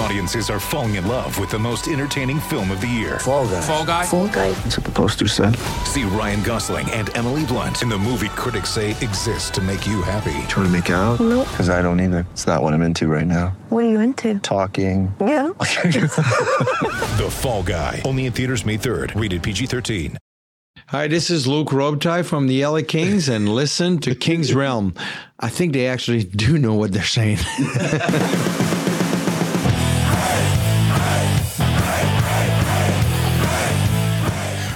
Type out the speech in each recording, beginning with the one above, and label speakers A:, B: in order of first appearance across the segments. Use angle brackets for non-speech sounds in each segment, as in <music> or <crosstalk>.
A: Audiences are falling in love with the most entertaining film of the year.
B: Fall guy.
C: Fall guy.
D: Fall guy.
B: That's what the poster said.
A: See Ryan Gosling and Emily Blunt in the movie critics say exists to make you happy.
B: Trying to make it out?
D: Nope.
B: Because I don't either. It's not what I'm into right now.
D: What are you into?
B: Talking.
D: Yeah.
A: The Fall Guy. Only in theaters May 3rd. Rated PG-13.
E: Hi, this is Luke Robitaille from the LA Kings, and
C: <laughs>
E: listen to King's Realm. I think they actually do know what they're saying. <laughs>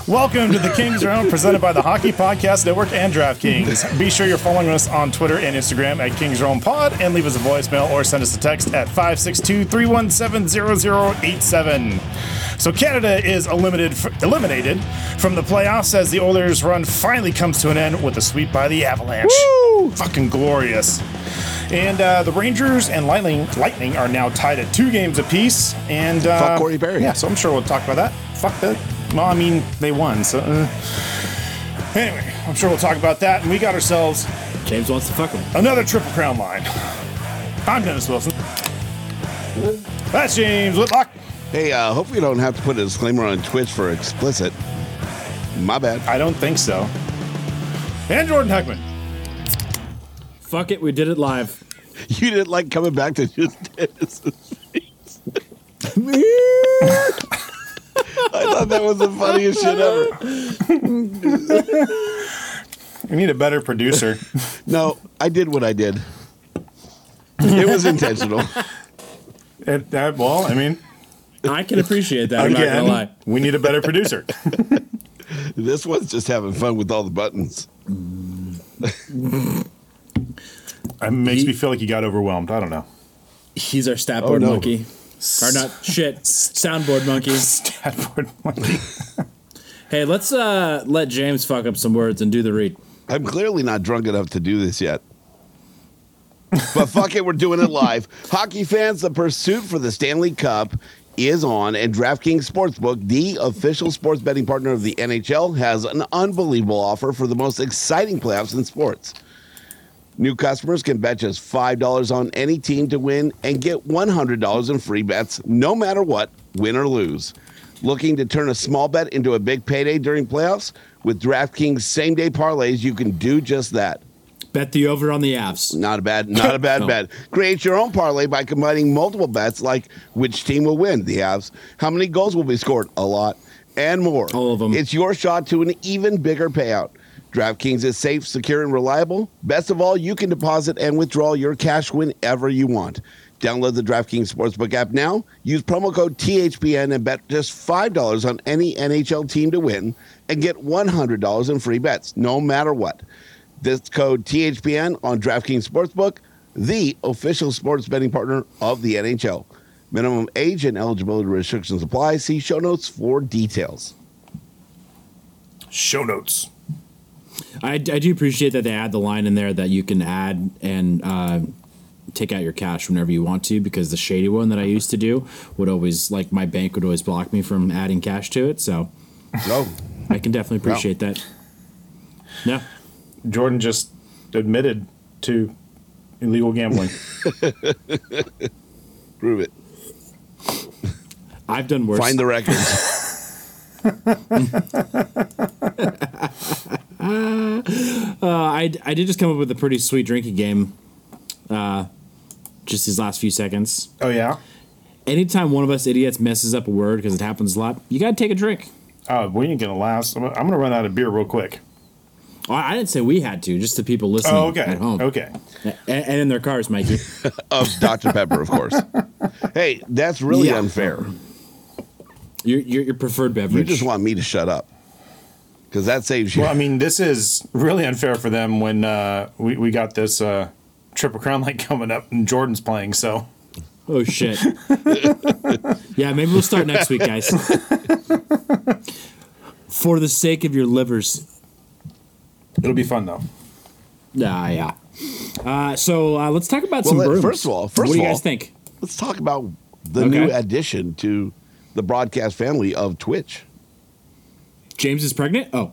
F: Welcome to the Kings Round, presented by the Hockey Podcast Network and DraftKings. Be sure you're following us on Twitter and Instagram at Kings Realm Pod, and leave us a voicemail or send us a text at 562-317-0087. So Canada is eliminated eliminated from the playoffs as the Oilers' run finally comes to an end with a sweep by the Avalanche. Woo! Fucking glorious. And uh, the Rangers and Lightning Lightning are now tied at two games apiece. And uh,
E: Fuck Corey Perry.
F: Yeah, so I'm sure we'll talk about that. Fuck that. Well, I mean, they won. So uh. anyway, I'm sure we'll talk about that. And we got ourselves
C: James wants to fuck him.
F: another triple crown line. I'm Dennis Wilson. That's James Whitlock.
G: Hey, uh, hope we don't have to put a disclaimer on Twitch for explicit. My bad.
F: I don't think so. And Jordan Heckman.
C: Fuck it, we did it live.
G: <laughs> You didn't like coming back to just <laughs>
F: <laughs>
G: Dennis. I thought that was the funniest shit ever.
F: We need a better producer.
G: <laughs> No, I did what I did. It was
F: <laughs>
G: intentional.
F: and that, well, I mean,
C: I can appreciate that. I'm not gonna lie.
F: again, we need a better producer.
G: This one's just having fun with all the buttons.
F: It makes me feel like you got overwhelmed. I don't know.
C: He's our stat board
G: Oh, no.
C: monkey. Or not shit. Soundboard monkey.
F: Statboard monkey.
C: Hey, let's uh let James fuck up some words and do the read.
G: I'm clearly not drunk enough to do this yet. But fuck it, we're doing it live. Hockey fans, the pursuit for the Stanley Cup is on, and DraftKings Sportsbook, the official sports betting partner of the NHL, has an unbelievable offer for the most exciting playoffs in sports. New customers can bet just $5 on any team to win and get $100 in free bets, no matter what, win or lose. Looking to turn a small bet into a big payday during playoffs? With DraftKings same day parlays, you can do just that.
C: Bet the over on the abs.
G: Not a bad, not a
C: <laughs>
G: bad
C: No.
G: bet. Create your own parlay by combining multiple bets, like which team will win, the Avs, how many goals will be scored, a lot, and more.
C: All of 'em.
G: It's your shot to an even bigger payout. DraftKings is safe, secure, and reliable. Best of all, you can deposit and withdraw your cash whenever you want. Download the DraftKings Sportsbook app now. Use promo code THPN and bet just $5 on any NHL team to win and get $100 in free bets, no matter what. This code THPN on DraftKings Sportsbook, the official sports betting partner of the NHL. Minimum age and eligibility restrictions apply. See show notes for details.
F: Show notes.
C: I, I do appreciate that they add the line in there that you can add and uh, take out your cash whenever you want to because the shady one that I used to do would always like my bank would always block me from adding cash to it. So
G: Go.
C: I can definitely appreciate that. No,
F: Jordan just admitted to
C: <laughs>
F: illegal gambling.
G: Prove it.
C: I've done worse.
G: Find the records.
C: Uh, I, I did just come up with a pretty sweet drinking game. Uh, just these last few seconds.
F: oh yeah.
C: Anytime one of us idiots messes up a word because it happens a lot, you gotta take a drink.
F: Oh, we ain't gonna last. I'm, I'm gonna run out of beer real quick.
C: Oh, I I didn't say we had to, just the people listening
F: Oh, okay.
C: at home
F: Okay.
C: and, and in their cars, Mikey.
G: <laughs> of Dr. Pepper, of course. Hey, that's really
C: Yeah.
G: unfair.
C: Your, your, your preferred beverage.
G: You just want me to shut up. because that saves you.
F: Well, I mean, this is really unfair for them when uh, we, we got this uh, Triple Crown like coming up and Jordan's playing. So
C: Oh
G: <laughs>
C: shit. yeah, maybe we'll start next week, guys. For the sake of your livers.
F: it'll be fun though.
C: Ah, yeah. Uh, so uh, let's talk about
G: Well,
C: some
G: let-
C: brews.
G: first of all- first
C: what do
G: of
C: you
G: all-
C: guys think?
G: Let's talk about the
C: Okay.
G: new addition to the broadcast family of Twitch.
C: James is pregnant? Oh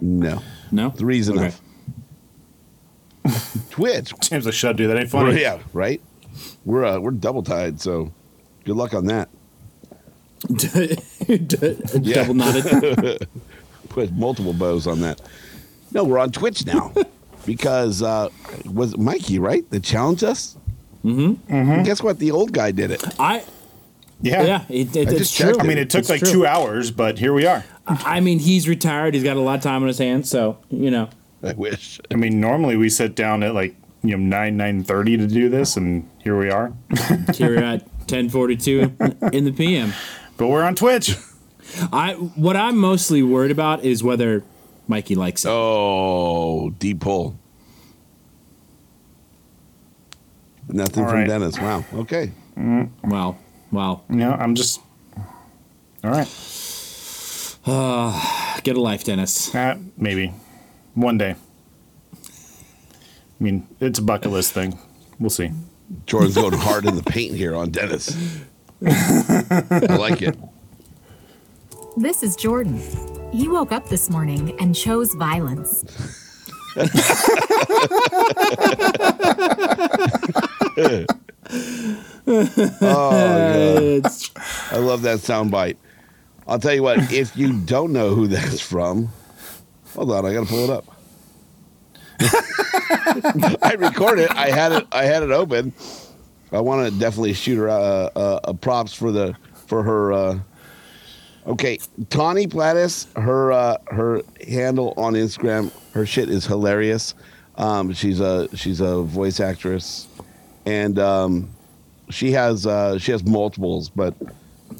G: No, <laughs>
C: no.
G: three's
C: Okay.
G: enough. Twitch.
F: James, like, should I do that? Ain't
G: We're-
F: funny.
G: yeah, right. We're uh, we're double tied, so good luck on that.
C: <laughs> D- d-
G: Yeah.
C: Double knotted.
G: Put multiple bows on that. No, we're on Twitch now because uh, was Mikey right that challenged us? Mm-hmm. Guess what? The old guy did it.
C: I
F: Yeah.
C: yeah. It, it,
G: I
C: it's
G: just
C: true.
G: checked
F: I mean, it took
C: It's
F: like
C: true.
F: two hours, but here we are.
C: I mean, he's retired. He's got a lot of time on his hands, so you know.
G: I wish.
F: I mean, normally we sit down at like you know nine nine thirty to do this, and here we are.
C: Here at ten forty two in the PM.
F: But we're on Twitch.
C: I what I'm mostly worried about is whether Mikey likes it.
G: Oh, deep pull. Nothing
F: All
G: from
F: right.
G: Dennis. Wow. Okay.
C: Wow. Wow.
F: You know, I'm just. All right.
C: Get a life, Dennis.
F: Uh, maybe. One day. I mean, it's a bucket list thing. We'll see.
G: Jordan's going hard in the paint here on Dennis.
F: <laughs>
G: I like it.
D: This is Jordan. He woke up this morning and chose violence.
C: It's-
G: I love that sound bite. I'll tell you what, if you don't know who that's from, hold on, I gotta pull it up. <laughs> I recorded it. I had it. I had it open. I want to definitely shoot her uh, uh, uh, props for the for her. Uh, okay, Tawny Plattis. Her uh, her handle on Instagram. Her shit is hilarious. Um, she's a she's a voice actress, and um, she has uh, she has multiples, but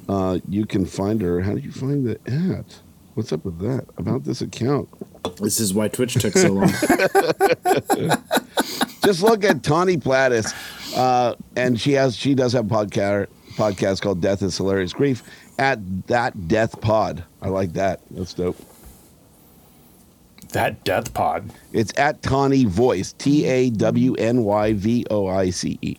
G: uh, you can find her. How do you find the at? What's up with that? About this account?
C: this is why Twitch took so long.
G: Just look at Tawny Plattis, uh, and she has she does have a podcast podcast called Death is Hilarious Grief at that Death Pod. I like that. That's dope.
F: That death pod.
G: It's at Tawny Voice T A W N Y V O I C E.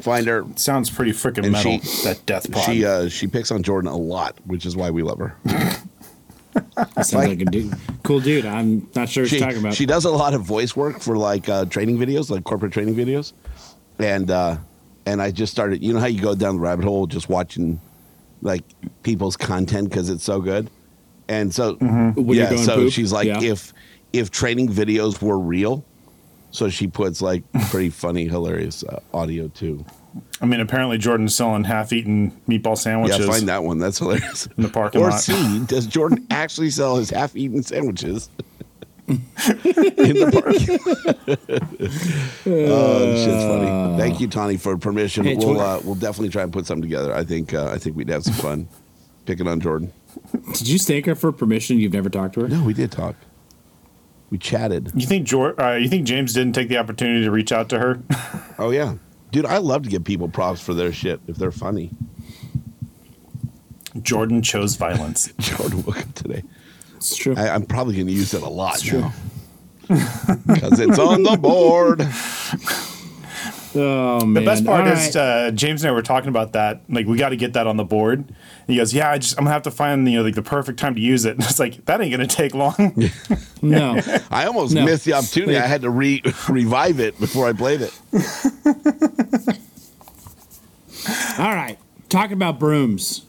G: Find her.
F: Sounds pretty freaking
G: And
F: metal.
G: she-
F: that death pod.
G: She uh, she picks on Jordan a lot, which is why we love her.
C: Sounds like a dude. Cool dude. I'm not sure what
G: she,
C: you're talking about.
G: she does a lot of voice work for like uh, training videos, like corporate training videos, and uh, and I just started. You know how you go down the rabbit hole just watching like people's content because it's so good, and so
C: When you're
G: yeah.
C: going
G: So
C: poop,
G: she's like,
C: yeah.
G: if if training videos were real, so she puts like pretty funny, hilarious uh, audio too.
F: I mean, apparently Jordan's selling half-eaten meatball
G: yeah,
F: sandwiches.
G: find that one. That's hilarious.
F: In the parking
G: or
F: lot.
G: C, does Jordan <laughs> actually sell his half-eaten sandwiches <laughs> in the park? oh, shit's funny. Thank you, Tony, for permission.
C: Hey,
G: we'll
C: Jordan.
G: uh, we'll definitely try and put something together. I think uh, I think we'd have some fun picking on Jordan.
C: Did you thank her for permission? You've never talked to her.
G: No, we did talk. We chatted.
F: You think Jor- uh, You think James didn't take the opportunity to reach out to her? <laughs>
G: Oh yeah, dude, I love to give people props for their shit if they're funny. <laughs>
F: Jordan chose violence.
G: Jordan woke up today.
C: It's true.
G: I, I'm probably going to use it a lot now because it's on the board.
C: oh man.
F: The best part
C: All
F: is
C: right.
F: uh, James and I were talking about that. Like, we got to get that on the board. And he goes, "Yeah, I just I'm gonna have to find you know like the perfect time to use it." <laughs> And it's like that ain't gonna
G: <laughs>
F: take long.
C: no.
G: I almost
C: No.
G: missed the opportunity. I had to re- <laughs> revive it before I played it.
C: All right. Talking about brooms.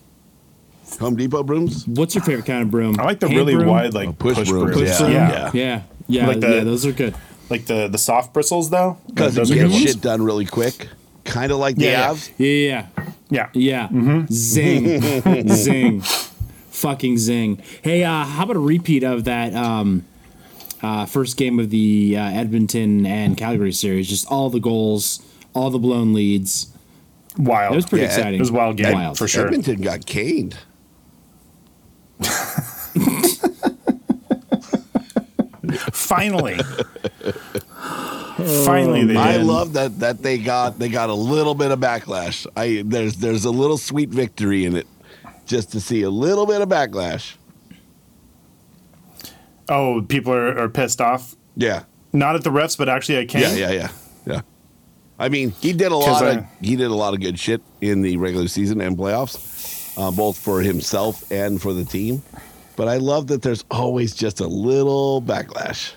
G: Home Depot brooms.
C: What's your favorite kind of broom?
F: I like the
C: Hand
F: really
C: broom?
F: wide like
G: Oh,
F: push,
G: push brooms,
F: brooms.
G: yeah.
F: Yeah.
G: Yeah.
C: Yeah. Yeah.
F: Like the-
C: yeah. Those are good.
F: like the the soft bristles though.
G: Because
F: Those
G: it
F: are good
G: gets
F: ones.
G: shit done really quick. Kind of like the
F: Yeah, yeah.
G: Avs.
C: Yeah. Yeah. yeah.
F: Yeah.
C: Yeah. <laughs> Zing. zing. Fucking zing. Hey, uh, how about a repeat of that um, uh, first game of the uh, Edmonton and Calgary series? Just all the goals, all the blown leads.
F: Wild.
C: It was pretty
G: Yeah,
C: exciting.
F: It was a wild game
C: Wild.
F: for sure.
G: Edmonton got caned. <laughs>
F: Finally. Finally, they
G: I
F: did.
G: love that that they got they got a little bit of backlash. I there's there's a little sweet victory in it, just to see a little bit of backlash.
F: Oh, people are, are pissed off.
G: Yeah,
F: Not at the refs, but actually at Kane.
G: yeah, yeah, yeah, yeah. I mean, he did a
F: 'Cause
G: lot of
F: I-
G: he did a lot of good shit in the regular season and playoffs, uh, both for himself and for the team. But I love that there's always just a little backlash.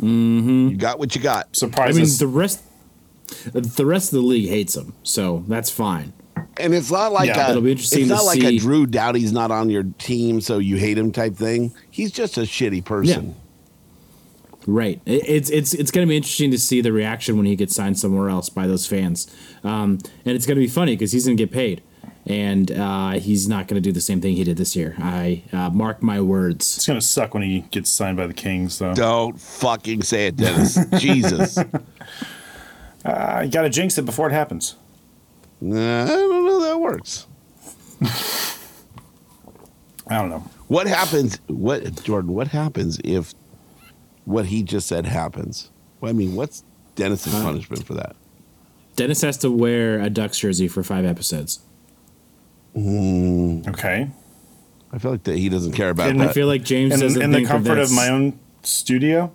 G: Mm-hmm. You got what you got.
C: I
F: Surprise
C: mean,
F: us.
C: the rest, the rest of the league hates him, so that's fine.
G: and it's not like
F: Yeah,
G: a,
C: it'll be interesting
G: it's
C: to
G: not like a
C: see-
G: Drew Dowdy's not on your team, so you hate him type thing. He's just a shitty person.
C: Right. It, it's it's it's going to be interesting to see the reaction when he gets signed somewhere else by those fans, um, and it's going to be funny because he's going to get paid, and uh, he's not going to do the same thing he did this year. I uh, mark my words.
F: it's going to suck when he gets signed by the Kings, though.
G: Don't fucking say it, Dennis. Jesus, Nah,
F: I got to Uh, jinx it before it happens.
G: I don't know how that works.
F: I don't know.
G: What happens? What Jordan? What happens if what he just said happens? Well, I mean, what's Dennis's punishment for that?
C: Dennis has to wear a Ducks jersey for five episodes,
F: Okay.
G: I feel like that he doesn't care about
C: and
F: And
G: that.
C: I feel like James
F: Uh, In,
C: doesn't
F: in the
C: think
F: comfort
C: that's-
F: of my own <laughs> studio?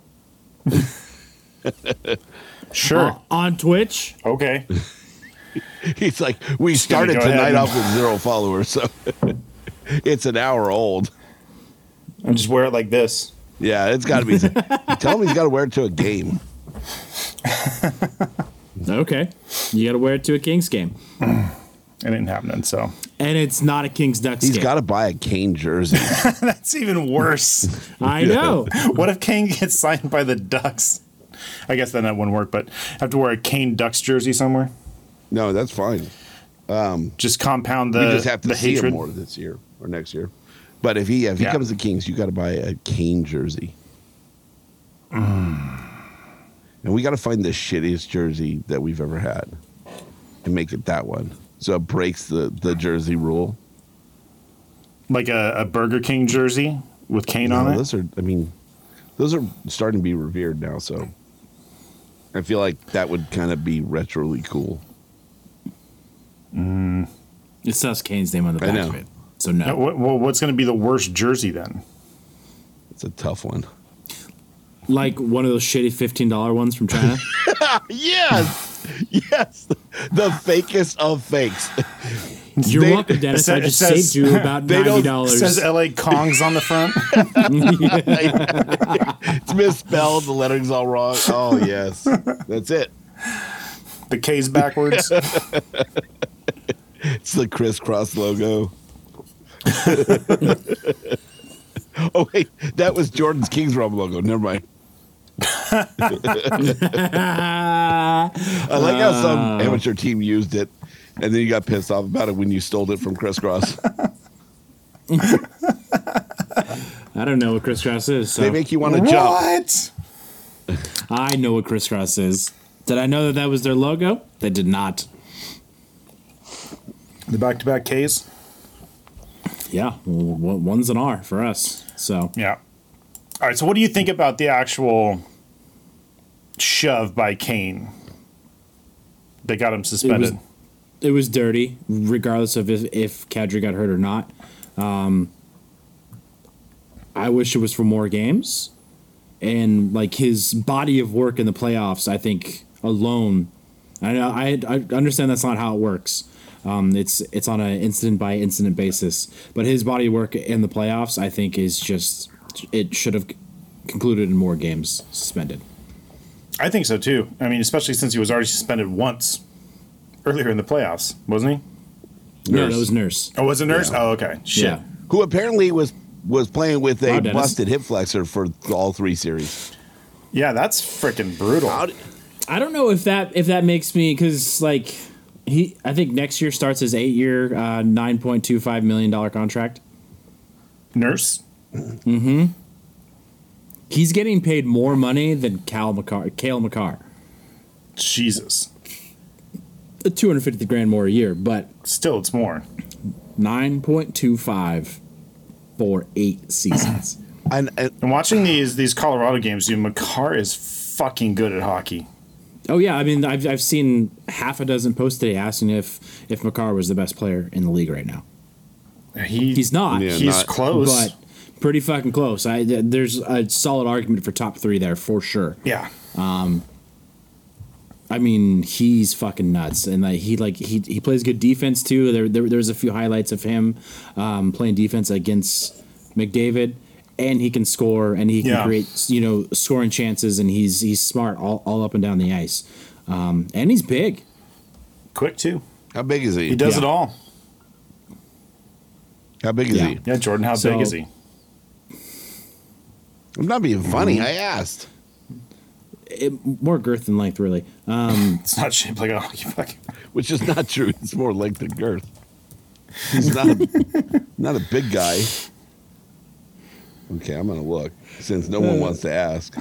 F: sure.
C: Uh, on Twitch.
F: Okay.
G: <laughs> He's like, we started
F: go ahead
G: tonight
F: and-
G: off with zero followers, so <laughs> it's an hour old.
F: I'll just wear it like this.
G: Yeah, it's got to
F: <laughs>
G: be. tell him he's got to wear it to a game.
C: Okay, you got to wear it to a Kings game,
F: It ain't happening, so.
C: and it's not a Kings Ducks
G: He's
C: game.
G: got to buy a Kane jersey.
F: <laughs> That's even <laughs> worse.
C: I know.
F: what if Kane gets signed by the Ducks? I guess then that wouldn't work, but have to wear a Kane Ducks jersey somewhere.
G: no, that's fine.
F: Just compound
G: You
F: the,
G: just have to
F: the
G: see
F: hatred.
G: him more this year or next year. But if he if he
F: Yeah.
G: comes to Kings, you got to buy a Kane jersey.
F: Mm.
G: And we got to find the shittiest jersey that we've ever had, and make it that one. So it breaks the the jersey rule.
F: Like a, a Burger King jersey with Kane
G: No,
F: on it.
G: those are, I mean, those are starting to be revered now. So I feel like that would kind of be retroly cool.
C: It says Kane's name on the
G: I
C: back
G: know.
C: of it, so no.
F: Uh, what- well, what's going to be the worst jersey then?
G: It's a tough
F: <laughs>
G: one.
C: Like one of those shitty fifteen dollar ones from
F: <laughs>
C: China.
G: Yes, yes, <laughs> the fakest of fakes.
C: You're
G: They-
C: welcome, Dennis.
F: it
C: I just
F: says-
C: saved
G: <laughs>
C: you about
G: they
C: ninety
G: don't-
F: It
C: dollars. <laughs>
F: says LA Kongs on the front. <laughs>
G: E. It's misspelled. The lettering's all wrong. Oh yes, that's it.
F: the K's <laughs> backwards.
G: It's the crisscross logo. <laughs> oh wait, that was Jordan's Kings Rob logo. Never mind. I like how
C: Uh.
G: some amateur team used it, and then you got pissed off about it when you stole it from crisscross.
C: I don't know what crisscross is. So
G: They make you want to jump.
C: I know what crisscross is. Did I know that that was their logo? They did not.
F: The back to back K's?
C: Yeah, well, one- one's an R for us. So
F: Yeah. All right. So, what do you think about the actual shove by Kane? They got him suspended.
C: it was dirty, regardless of if if Kadri got hurt or not. Um, I wish it was for more games, and like his body of work in the playoffs. I think alone, I know I, I understand that's not how it works. Um, it's it's on an incident by incident basis, but his body of work in the playoffs, I think, is just it should have concluded in more games suspended.
F: I think so too. I mean, especially since he was already suspended once earlier in the playoffs, wasn't he?
C: No,
G: Nurse.
C: that was nurse.
F: Oh, was it Nurse? Oh, okay. Shit.
C: Yeah.
G: Who apparently was was playing with a
C: Wow, Oh, Dennis.
G: busted hip flexor for all three series.
F: Yeah, that's freaking brutal.
C: I don't know if that if that makes me because like he I think next year starts his eight year uh, nine point two five million dollar contract.
F: Nurse?
C: He's getting paid more money than Cal McCarr, Kale McCarr,
F: Jesus.
C: two hundred fifty grand more a year, but
F: Still, it's more.
C: nine point two five for eight seasons. <clears throat>
G: And, and
F: And watching these these Colorado games, dude, McCarr is fucking good at hockey.
C: Oh yeah, I mean, I've, I've seen half a dozen posts today asking if if McCarr was the best player in the league right now.
F: He,
C: He's not.
G: Yeah,
F: he's
G: not-
F: close.
C: but pretty fucking close. I th- there's a solid argument for top three there for sure.
F: yeah.
C: I mean, he's fucking nuts, and like he like he he plays good defense too. There, there there's a few highlights of him um, playing defense against McDavid, and he can score and he can
F: Yeah.
C: create you know scoring chances, and he's he's smart all, all up and down the ice, um, and he's big.
F: Quick too.
G: how big is he?
F: He does
C: Yeah.
F: it all.
G: How big is
C: Yeah.
G: he?
F: Yeah, Jordan, how
C: So-
F: big is he?
G: I'm not being funny. I asked.
C: More girth than length, really.
F: It's not shaped like a hockey puck.
G: which is not true. It's more length than girth. He's not a, not a big guy. Okay, I'm gonna look since no one wants to ask.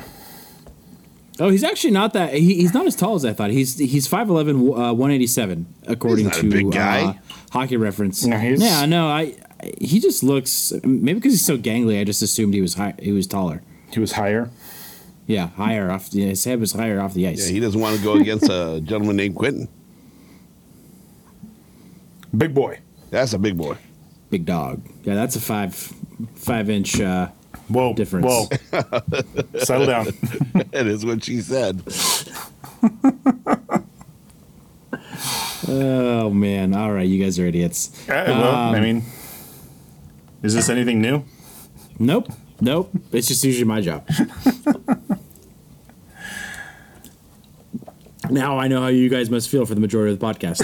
C: Oh, he's actually not that. He, he's not as tall as I thought. He's he's 5'11", uh, 187, according
G: He's not
C: to
G: a big guy.
C: Uh, hockey reference.
F: No, he's-
C: yeah, no, I. I- He just looks maybe because he's so gangly. I just assumed he was high. He was taller.
F: He was higher.
C: Yeah, higher off. yeah, His head was higher off the
G: Yeah,
C: ice.
G: he doesn't want to go against a gentleman named Quentin.
F: Big boy.
G: That's a big boy. <laughs>
C: Big dog. Yeah, that's a five five inch. Uh,
F: Whoa.
C: Difference.
F: Whoa. Settle
C: <laughs>
F: down. <laughs>
G: That is what she said.
C: oh man! All right, you guys are idiots.
F: Eh, well,
C: Um,
F: I mean, is this anything new?
C: Nope, nope. It's just usually my job. now I know how you guys must feel for the majority of the podcast.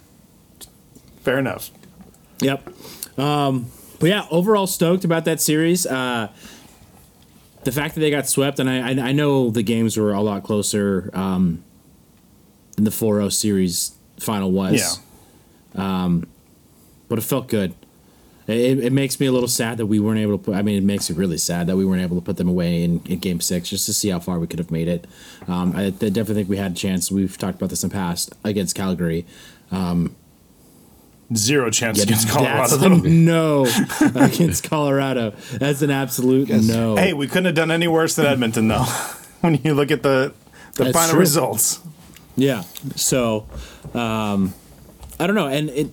C: <laughs>
F: Fair enough.
C: Yep. Um, but yeah, overall stoked about that series. Uh, the fact that they got swept, and I, I, I know the games were a lot closer um, than the 4 0 series final was.
F: Yeah.
C: But it felt good. It, it makes me a little sad that we weren't able to put, I mean, it makes it really sad that we weren't able to put them away in, in game six just to see how far we could have made it. Um, I, I definitely think we had a chance. We've talked about this in the past against Calgary.
F: Zero chance against
C: That's
F: Colorado.
C: a
F: though.
C: no <laughs> against Colorado. That's an absolute no.
F: <laughs> Hey, we couldn't have done any worse than Edmonton, though. <laughs> when you look at the the
C: That's
F: final
C: true.
F: results,
C: Yeah. So, um, I don't know. And it,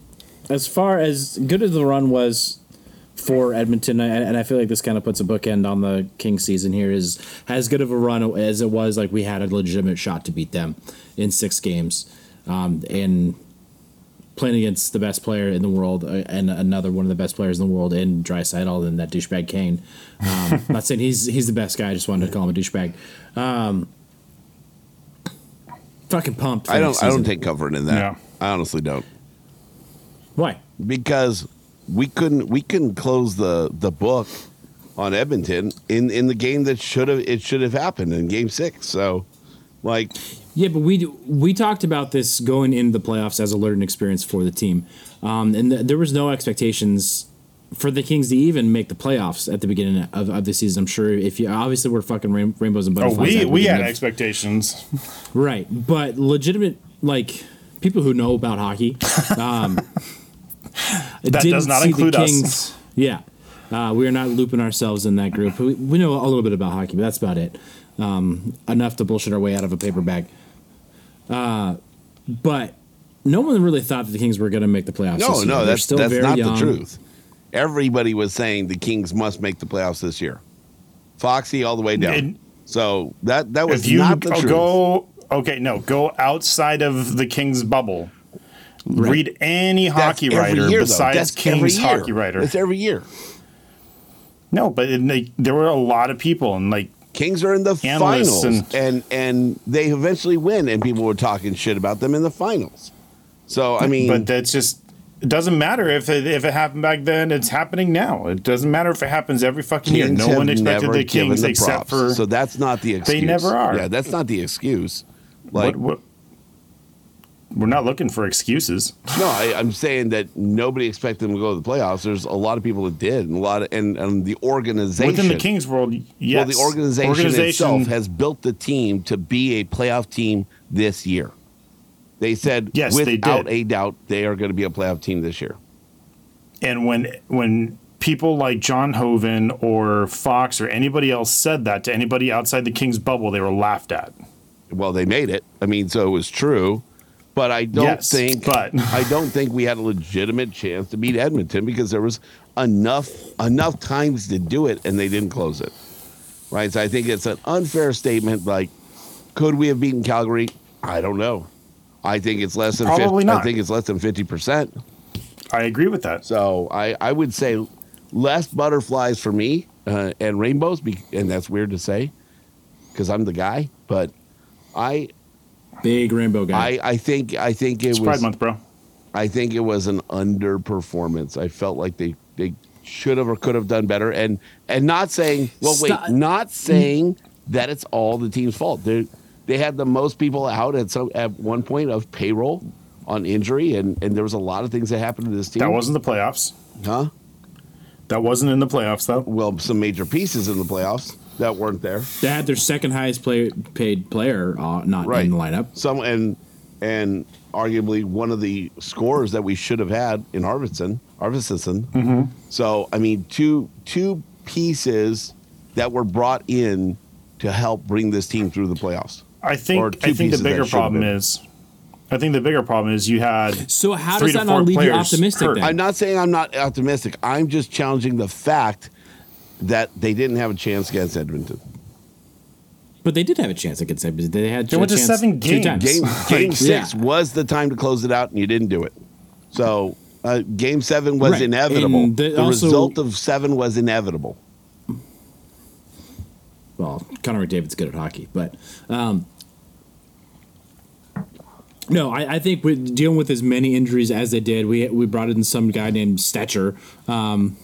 C: as far as good as the run was for Edmonton, and, and I feel like this kind of puts a bookend on the King season here, is as good of a run as it was. Like we had a legitimate shot to beat them in six games, um, and playing against the best player in the world uh, and another one of the best players in the world in Drysaitel and that douchebag Kane. Um, <laughs> not saying he's he's the best guy. I just wanted to call him a douchebag. Um, fucking pumped. for
G: I
C: next
G: don't. I
C: season.
G: don't take comfort in that.
F: Yeah.
G: I honestly don't
C: Why?
G: because we couldn't. We couldn't close the the book on Edmonton in in the game that should have. It should have happened in Game Six. So, like,
C: Yeah, but we we talked about this going into the playoffs as a learning experience for the team, um, and th- there was no expectations for the Kings to even make the playoffs at the beginning of, of the season. I'm sure if you obviously we're fucking rain, rainbows and
F: oh,
C: butterflies. at
F: we
C: the
F: we had
C: beginning of-
F: expectations.
C: right, but legitimate like people who know about
F: <laughs>
C: hockey. Um,
F: That does not include us.
C: us. Yeah, uh, we are not looping ourselves in that group. We, we know a little bit about hockey, but that's about it. Um, enough to bullshit our way out of a paper bag. Uh, but no one really thought that the Kings were going to make the playoffs. this
G: no,
C: year.
G: no,
C: They're
G: that's
C: still
G: that's
C: very
G: not
C: young.
G: the truth. Everybody was saying the Kings must make the playoffs this year. Foxy all the way down.
F: And-
G: so that that was
F: if you
G: not the truth.
F: go, okay, no, go outside of the King's bubble. Read any
G: That's
F: hockey
G: every
F: writer
G: year, though.
F: besides
G: That's every
F: King's
G: year.
F: hockey writer.
G: It's every year.
F: no, but it, like, there were a lot of people, and like
G: Kings are in the
F: Analysts
G: finals, and,
F: and-
G: and they eventually win, and people were talking shit about them in the finals. So I mean,
F: but that's just it doesn't matter if it if it happened back then it's happening now it doesn't matter if it happens every fucking year
G: Kings
F: no
G: have
F: one expected
G: never
F: the
G: given
F: kings
G: the
F: except
G: props.
F: for
G: so that's not the excuse.
F: never are.
G: Yeah, that's not the excuse. Like
F: what, what we're not looking for excuses
G: No, I, I'm saying that nobody expected them to go to the playoffs. There's a lot of people that did, and a lot of, and, and the organization
F: within the kings world yes
G: Well, the organization,
F: Organization-
G: itself has built the team to be a playoff team this year. They said,
F: Yes, they
G: without
F: did.
G: a doubt, they are going to be a playoff team this year.
F: and when when people like John Hoven or Fox or anybody else said that to anybody outside the Kings bubble, they were laughed at.
G: Well, they made it. I mean, so it was true. But I don't
F: Yes,
G: think
F: but-
G: <laughs> I don't think we had a legitimate chance to beat Edmonton because there was enough enough times to do it and they didn't close it. Right? So I think it's an unfair statement like could we have beaten Calgary? I don't know. I think it's less than
F: Probably
G: 50, I
F: not.
G: think it's less than 50%.
F: I agree with that.
G: So I, I would say less butterflies for me uh, and rainbows, be, and that's weird to say because I'm the guy, but I
C: Big rainbow guy.
G: I, I think I think it
F: It's
G: was
F: Pride Month, bro.
G: I think it was an underperformance. I felt like they they should have or could have done better, and and not saying well
C: Stop.
G: wait, not saying that it's all the team's fault. They they had the most people out at some at one point of payroll on injury, and and there was a lot of things that happened to this team.
F: That wasn't the playoffs.
G: huh?
F: That wasn't in the playoffs, though.
G: Well, some major pieces in the playoffs that weren't there.
C: they had their second highest play, paid player uh, not
G: Right.
C: in the lineup.
G: Some and and arguably one of the scores that we should have had in Arvidsson, Arvidsson.
C: Mm-hmm.
G: So I mean, two two pieces that were brought in to help bring this team through the playoffs.
F: I
G: Or
F: think
G: two
F: I
G: pieces
F: think the
G: that
F: bigger
G: should've
F: problem
G: been.
F: is, I think the bigger problem is you had
C: So how
F: three
C: does
F: to
C: that not
F: four
C: leave you
F: players
C: optimistic
F: hurt.
C: then?
G: I'm not saying I'm not optimistic. I'm just challenging the fact that they didn't have a chance
C: <laughs>
G: against Edmonton.
C: But they did have a chance against Edmonton. They had
F: They went
C: a
F: to
C: chance
F: seven
C: two
F: games.
C: times.
G: Game,
F: Like,
G: game six
C: yeah.
G: was the time to close it out, and you didn't do it. So uh, game seven was
C: Right.
G: inevitable.
C: And the-
G: The,
C: also-
G: result of seven was inevitable.
C: well, Connor McDavid's good at hockey, but um, no, I, I think we're dealing with as many injuries as they did. We we brought in some guy named Stetcher. Um,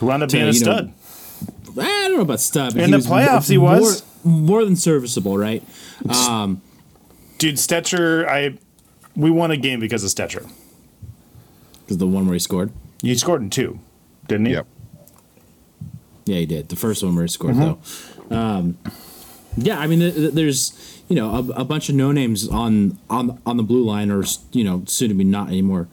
F: who ended up being
C: Yeah,
F: a
C: you know,
F: stud.
C: I don't know about stud. but
F: In
C: he
F: the
C: was
F: playoffs, he
C: more-
F: was.
C: more, than serviceable, right? Um,
F: Dude, Stetcher, I we won a game because of Stetcher.
C: 'cause the one where he scored.
F: You scored in two, didn't you?
C: Yeah, he did. The first one where he scored, though. Um, yeah, I mean, th- th- there's you know a, a bunch of no names on on on the blue line, or you know, soon to be not anymore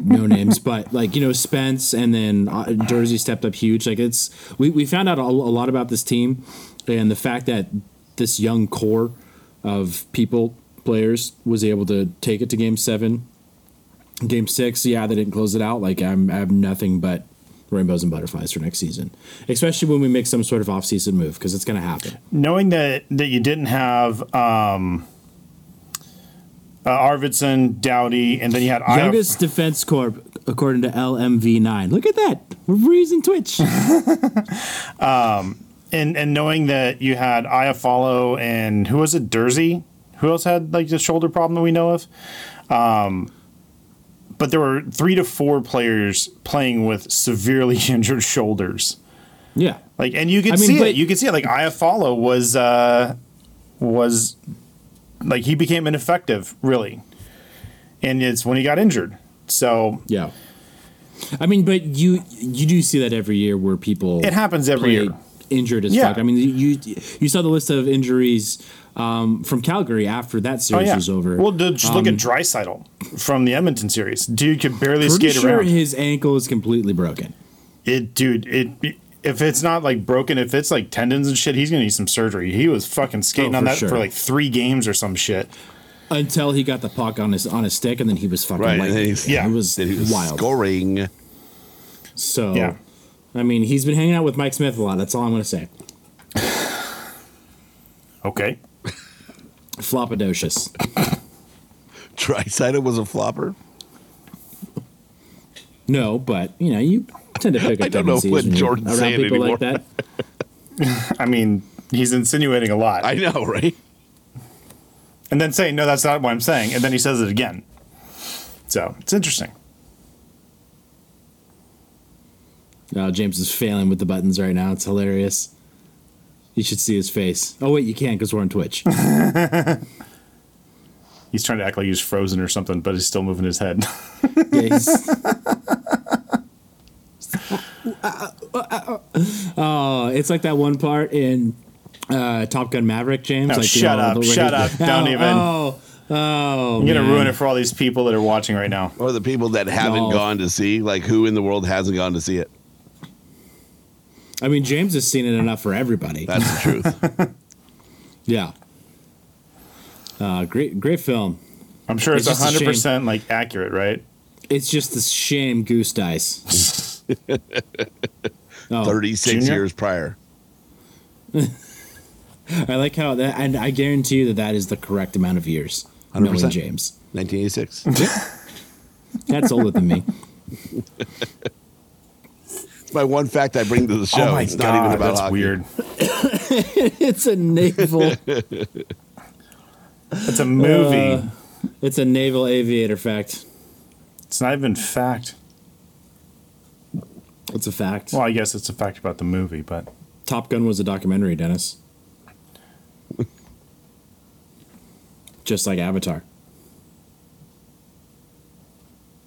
C: no names, but like you know Spence, and then uh, Jersey stepped up huge. Like it's we we found out a, a lot about this team, and the fact that this young core of people players was able to take it to game seven, game six. Yeah, they didn't close it out. Like I'm I have nothing but rainbows and butterflies for next season, especially when we make some sort of off-season move because it's going to happen.
F: Knowing that that you didn't have um uh, Arvidsson, Dowdy, and then you had Io-
C: Youngest defense corp according to LMV9. Look at that. We're freezing
F: <laughs>
C: Twitch.
F: and and knowing that you had Iafallo and who was it, Dersey? Who else had like the shoulder problem that we know of? Um, but there were three to four players playing with severely <laughs> injured shoulders.
C: yeah.
F: Like, and you could
C: I mean,
F: see
C: but-
F: it. You could see it. Like, Iafallo was uh, was like he became ineffective, really, and it's when he got injured. So
C: Yeah. I mean, but you you do see that every year where people
F: It happens every
C: play
F: year.
C: Injured as
F: Yeah.
C: fuck. I mean, you you saw the list of injuries um, from Calgary after that
F: oh
C: series
F: yeah,
C: was over.
F: well, dude, just look
C: Um,
F: at Drysital from the Edmonton series. Dude could barely
C: pretty
F: skate
C: sure
F: around.
C: his ankle is completely broken.
F: it, dude, it. If it's not like broken, if it's like tendons and shit, he's gonna need some surgery. He was fucking skating
C: Oh,
F: on
C: for
F: that
C: sure.
F: for like three games or some shit.
C: Until he got the puck on his on his stick, and then he was fucking
G: Right, and
C: Like,
G: then he's-
F: yeah,
C: it was
G: That he was
C: wild.
G: scoring.
C: So,
F: Yeah.
C: I mean, he's been hanging out with Mike Smith a lot. That's all I'm going to say.
F: Okay, <laughs>
C: Flopadocious.
G: Tricided was a flopper.
C: No, but you know, you tend to pick up
G: I don't know
C: tendencies
G: what
C: when you're
G: Jordan's
C: around
G: saying
C: people
G: anymore.
C: like that.
G: <laughs>
F: I mean he's insinuating a lot,
G: I know, right?
F: and then saying no, that's not what I'm saying, and then he says it again. So it's interesting.
C: Oh, James is failing with the buttons right now. It's hilarious. You should see his face. Oh wait, you can't because we're on
G: <laughs>
C: Twitch.
F: He's trying to act like he's frozen or something, but he's still moving his head. <laughs>
C: Yeah, he's-
G: <laughs>
C: oh, it's like that one part in uh, Top Gun Maverick, James.
F: Oh,
C: like, you
F: shut
C: know,
F: up,
C: the- <laughs>
F: shut up, don't
C: oh,
F: even.
C: Oh, oh,
F: I'm gonna
C: man.
F: ruin it for all these people that are watching right now.
G: Or the people that haven't
C: No.
G: gone to see, like who in the world hasn't gone to see it?
C: I mean, James has seen it enough for everybody.
G: That's the truth.
F: <laughs>
C: yeah. Uh, great, great film.
F: I'm sure it's,
C: It's just a
F: hundred
C: shame.
F: percent like accurate, right?
C: It's just a shame Goose dies. oh,
G: 36
F: Junior?
G: years prior.
C: I like how that, and I guarantee you that that is the correct amount of years. Knowing
G: 100%.
C: James,
F: <laughs>
G: 1986.
C: that's older than me. <laughs>
G: It's my one fact I bring to the
C: Oh
G: show. it's not even about
F: Oh that's
G: hockey.
F: weird.
C: It's a naval.
F: It's a movie.
C: Uh, It's a naval aviator fact.
F: it's not even fact.
C: It's a fact.
F: Well, I guess it's a fact about the movie, but
C: Top Gun was a documentary, Dennis. Just like Avatar.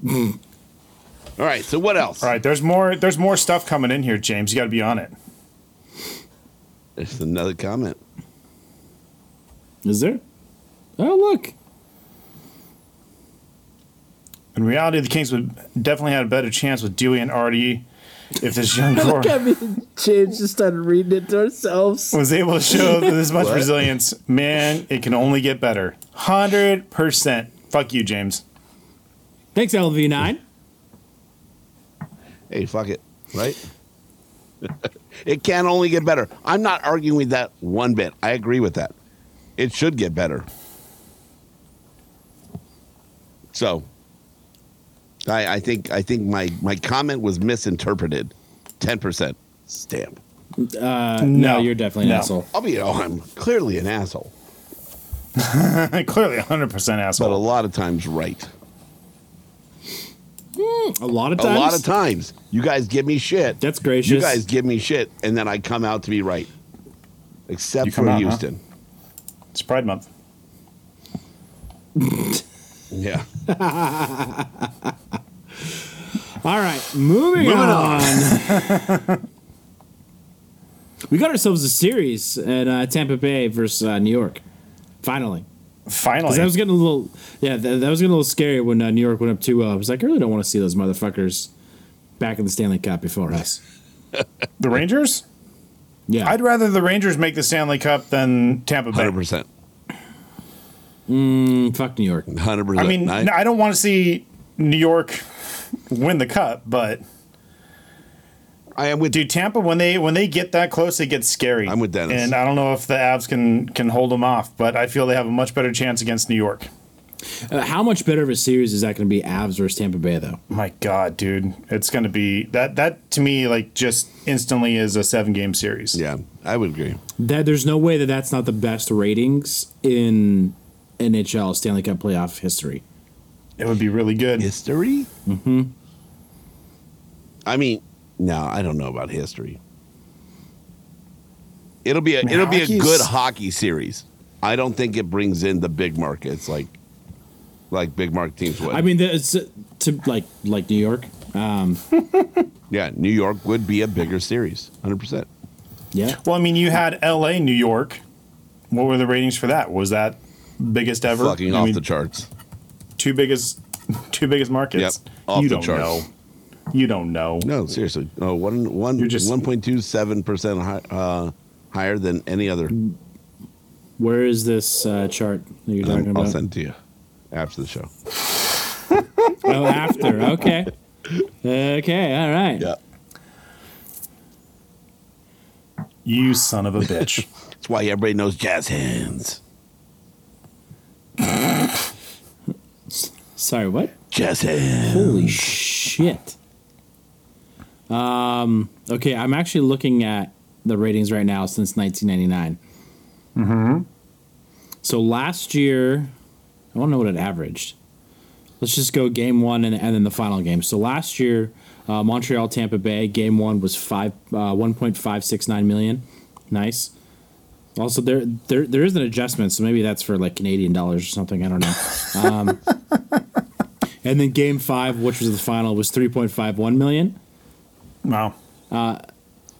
G: All right, so what else?
F: all right, there's more. There's more stuff coming in here, James. You got to be on it.
G: There's another comment.
C: Is there? Oh look.
F: In reality, the Kings would definitely had a better chance with Dewey and Artie if this young core
C: James just started reading it to ourselves.
F: was able to show this much resilience. Man, it can only get better. Hundred percent. Fuck you, James.
C: Thanks, LV9.
G: Hey, fuck it, right? <laughs> it can only get better. I'm not arguing with that one bit. I agree with that. It should get better. So, I, I think I think my my comment was misinterpreted. Ten percent stamp.
C: Uh, No, you're definitely an
F: Uh, No.
C: asshole.
G: I'll be. Oh, I'm clearly an asshole,
F: <laughs> Clearly, hundred percent
G: but a
F: asshole.
G: lot of times right.
C: A lot of
G: A
C: times.
G: lot of times, you guys give me shit.
C: That's gracious.
G: You guys give me shit, and then I come out to be right. Except
F: You come
G: for
F: out, huh?
G: Houston.
F: It's Pride Month.
G: Yeah.
C: All right, moving, on. <laughs>
G: <laughs>
C: we got ourselves a series at uh, Tampa Bay versus uh, New York. Finally.
G: Oh,
F: Finally,
C: 'Cause that was getting a little, yeah, that, that was getting a little scary when uh, New York went up 2 0. I was like, I really don't want to see those motherfuckers back in the Stanley Cup before us.
F: the Rangers.
C: Yeah.
F: I'd rather the Rangers make the Stanley Cup than Tampa Bay.
G: Hundred percent.
C: Fuck New York.
G: Hundred percent.
F: I mean, no, I, don't want to see New York win the cup, but
G: I am with
F: dude, Tampa when they when they get that close, it gets scary.
G: I'm with Dennis.
F: and I don't know if the Avs can can hold them off, but I feel they have a much better chance against New York.
C: Uh, how much better of a series is that going to be, Avs versus Tampa Bay, though?
F: My God, dude, it's gonna be that that to me like just instantly is a seven game series.
G: Yeah, I would agree.
C: That There's no way that that's not the best ratings in NHL Stanley Cup playoff history.
F: it would be really good.
G: History. Mm-hmm. I mean, no, I don't know about history. It'll be a it'll be a
F: hockey's-
G: good hockey series. I don't think it brings in the big markets like like big market teams would.
C: I mean, the- it's uh, to like like New York. uh,
G: yeah, New York would be a bigger series. Hundred percent.
C: Yeah.
F: Well, I mean, you had L.A., New York. What were the ratings for that? Was that biggest ever?
G: Fucking
F: I
G: off
F: mean,
G: the charts.
F: two biggest <laughs> two biggest markets.
G: Yep, off
F: you
G: the
F: don't
G: charts.
F: know. You don't know.
G: No, seriously. No, one one
F: You're just-
G: one point two seven percent hi- uh, higher than any other.
C: Where is this uh, chart that you're talking
G: I'll
C: about?
G: send it to you after the show.
C: Oh, after. Okay. Okay. All right.
G: Yeah.
F: You son of a
G: <laughs>
F: bitch.
G: That's why everybody knows jazz hands.
C: Sorry. What?
G: Jazz hands.
C: Holy shit. Um. Okay. I'm actually looking at the ratings right now since 1999. Mm-hmm. So last year, I don't know what it averaged. Let's just go game one and, and then the final game. So last year, uh, Montreal Tampa Bay game one was five uh, 1.569 million. Nice. Also, there there there is an adjustment, so maybe that's for like Canadian dollars or something. I don't know. Um, and then game five, which was the final, was 3.51 million.
F: wow.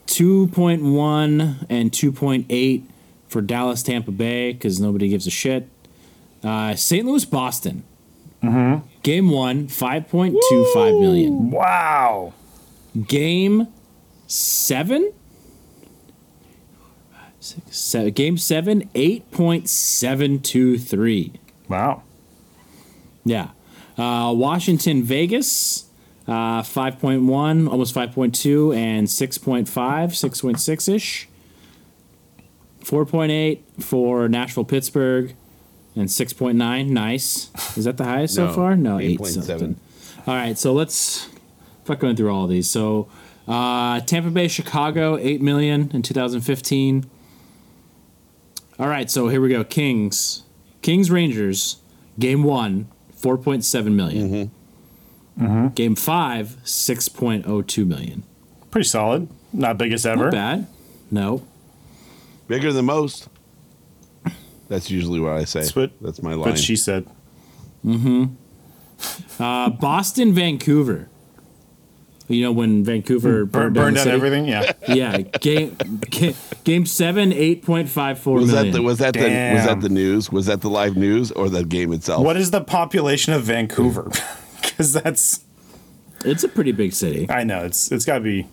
C: 2.1 and 2.8 for Dallas Tampa Bay because nobody gives a shit. Uh, St. Louis Boston. Game one, 5.25 million.
F: Wow.
C: Game seven, Six, seven, game seven, 8.723.
F: Wow.
C: Yeah. Uh, Washington, Vegas, uh, 5.1, almost 5.2, and 6.5, 6.6 ish. 4.8 for Nashville, Pittsburgh, and 6.9. Nice. Is that the highest so
G: No,
C: far? No, 8
G: 8.7.
C: something. All right, so let's fuck going through all of these. So uh, Tampa Bay, Chicago, 8 million in 2015. All right, so here we go. Kings, Kings Rangers, game one, 4.7 million.
G: Mm-hmm.
F: Mm-hmm.
C: Game five, 6.02 million.
F: Pretty solid. Not biggest ever.
C: Not bad. No.
G: Bigger than most. That's usually what I say.
F: That's what-
G: That's my line.
F: But she said,
C: Uh, Boston, Vancouver. You know, when Vancouver
F: burn,
C: burned,
F: burn Mm. down
C: the city?
G: <laughs>
F: everything. Yeah.
C: Yeah. Game, game, game seven, 8.54 million.
G: was that the was that the was
F: Damn.
G: that the news? Was that the live news or the game itself?
F: what is the population of Vancouver? <laughs> Because that's,
C: it's a pretty big city.
F: I know, it's it's got to be,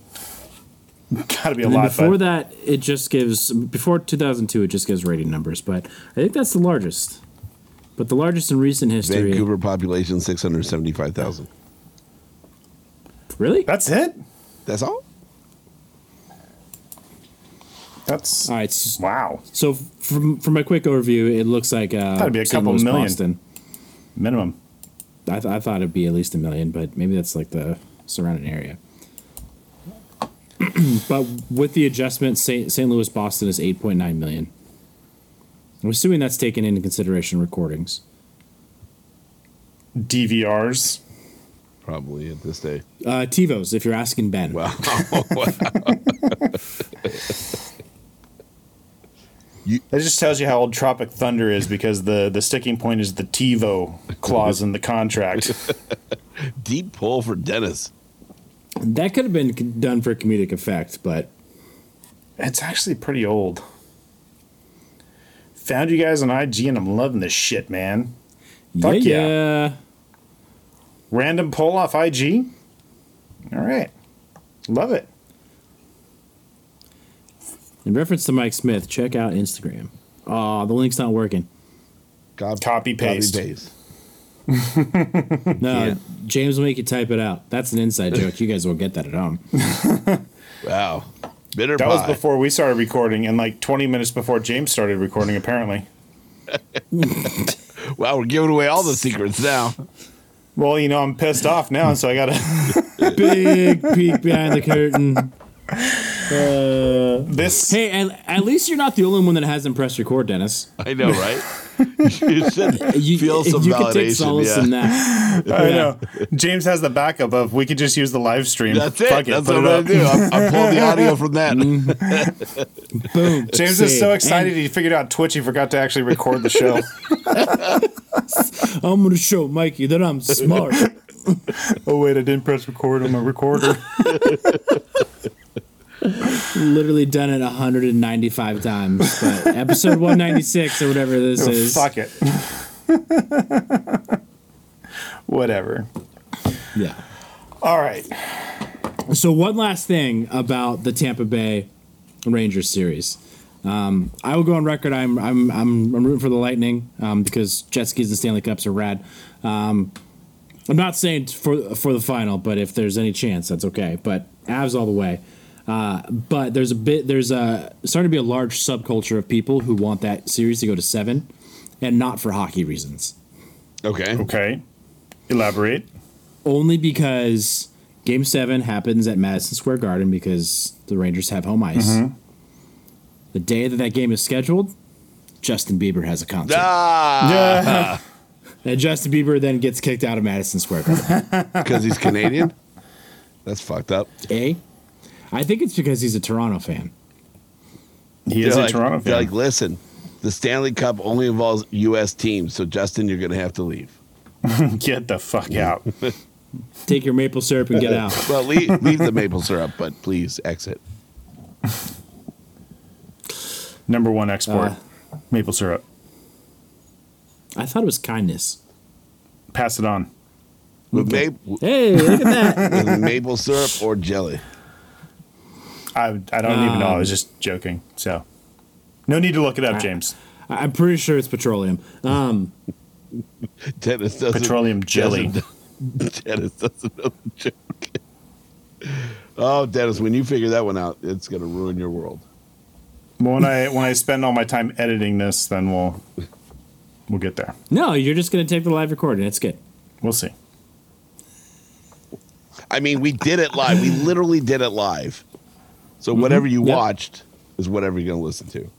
F: got to be a
C: And then
F: lot.
C: before
F: but
C: that, it just gives before 2002, it just gives rating numbers. But I think that's the largest, but the largest in recent history.
G: Vancouver population six hundred seventy five thousand.
C: Really?
F: That's it?
G: That's all.
F: That's,
C: All right. s-
F: wow.
C: So f- from from my quick overview, it looks like uh,
F: That'd be a
C: St.
F: couple
C: Louis,
F: million.
C: Boston.
F: Minimum.
C: I, th- I thought it'd be at least a million, but maybe that's like the surrounding area. <clears throat> but with the adjustment, St. St. Louis, Boston is 8.9 million. I'm assuming that's taken into consideration recordings.
F: DVRs.
G: Probably at this day. <laughs>
C: Uh, TiVos, if you're asking Ben.
G: Wow.
F: That just tells you how old Tropic Thunder is because the, the sticking point is
G: <laughs>
F: the TiVo clause in the contract.
G: Deep pull for Dennis.
C: That could have been c- done for comedic effect, but
F: It's actually pretty old. Found you guys on IG and I'm loving this shit, man. Fuck yeah. Random poll off IG. All right. Love it.
C: In reference to Mike Smith, check out Instagram. Oh, the link's not working.
G: Cop-
F: Copy paste.
G: Copy paste.
C: No, James will make you type it out. That's an
G: <laughs>
C: inside joke. You guys won't get that at home.
G: Wow. Bitter
F: That was
G: pie.
F: before we started recording and like 20 minutes before James started recording, apparently.
G: Wow, we're giving away all the secrets now.
F: Well, you know, I'm pissed off now, so I gotta. <laughs>
C: Big peek behind the curtain.
F: this. <laughs>
C: Hey, at, at least you're not the only one that hasn't pressed record, Dennis.
G: I know, right? <laughs> you should
C: You,
G: feel some
C: you can take
G: validation.
C: solace in
G: Yeah. <laughs>
C: that.
F: I know. James has the backup of we could just use the live stream.
G: That's it.
F: Fuck
G: That's
F: put
G: what I'm
F: up.
G: gonna do. I'm, I'm pulling the audio
C: <laughs>
G: from that.
C: Mm-hmm. Boom.
F: James is
C: Saved.
F: so excited he figured out Twitch. He forgot to actually record the show.
C: And I'm going to show Mikey that I'm
G: <laughs>
C: smart.
F: <laughs> oh wait, I didn't press record on my recorder.
C: Literally done it 195 times. But episode 196 or whatever this
F: <laughs> Oh,
C: is.
F: Fuck it. <laughs> Whatever.
C: Yeah.
F: All right.
C: So one last thing about the Tampa Bay Rangers series. Um, I will go on record. I'm I'm I'm, I'm rooting for the Lightning um, because jet skis and Stanley Cups are rad. Um, I'm not saying for for the final, but if there's any chance, that's okay. But Avs all the way. Uh, but there's a bit there's a starting to be a large subculture of people who want that series to go to seven, and not for hockey reasons.
G: Okay.
F: Okay. Elaborate.
C: only because game seven happens at Madison Square Garden because the Rangers have home ice. The day that that game is scheduled, Justin Bieber has a concert.
G: Ah,
F: Uh,
C: And Justin Bieber then gets kicked out of Madison Square Garden.
G: because he's Canadian. That's fucked up.
C: A. I think it's because he's a Toronto fan.
F: he is
G: They're
F: a
G: like-
F: Toronto
G: they're
F: fan.
G: Like, listen, the Stanley Cup only involves U.S. teams, so Justin, you're gonna have to leave.
F: <laughs> Get the fuck out.
G: <laughs>
C: Take your maple syrup and get out.
G: Well, leave, leave the maple syrup, but please exit.
F: Number one export.
C: Uh.
F: Maple syrup.
C: I thought it was kindness.
F: Pass it on.
G: With, ma-
C: Hey, look at
G: <laughs>
C: that.
G: with maple syrup or jelly. Um.
F: I I don't even know. I was just joking. So No need to look
G: Uh.
F: it up, James.
C: I- I'm pretty sure it's petroleum. Um,
G: Dennis doesn't.
F: Petroleum jelly.
G: doesn't- <laughs> Dennis doesn't know the joke. Oh, Dennis, when you figure that one out, it's going to ruin your world.
F: But when I when I spend all my time editing this, then we'll we'll get there.
C: no, you're just gonna take the live recording. It's good.
F: We'll see.
G: I mean, we did it live. We literally did it live. So
F: Mm-hmm.
G: whatever you
C: Yep.
G: watched is whatever you're going to listen to.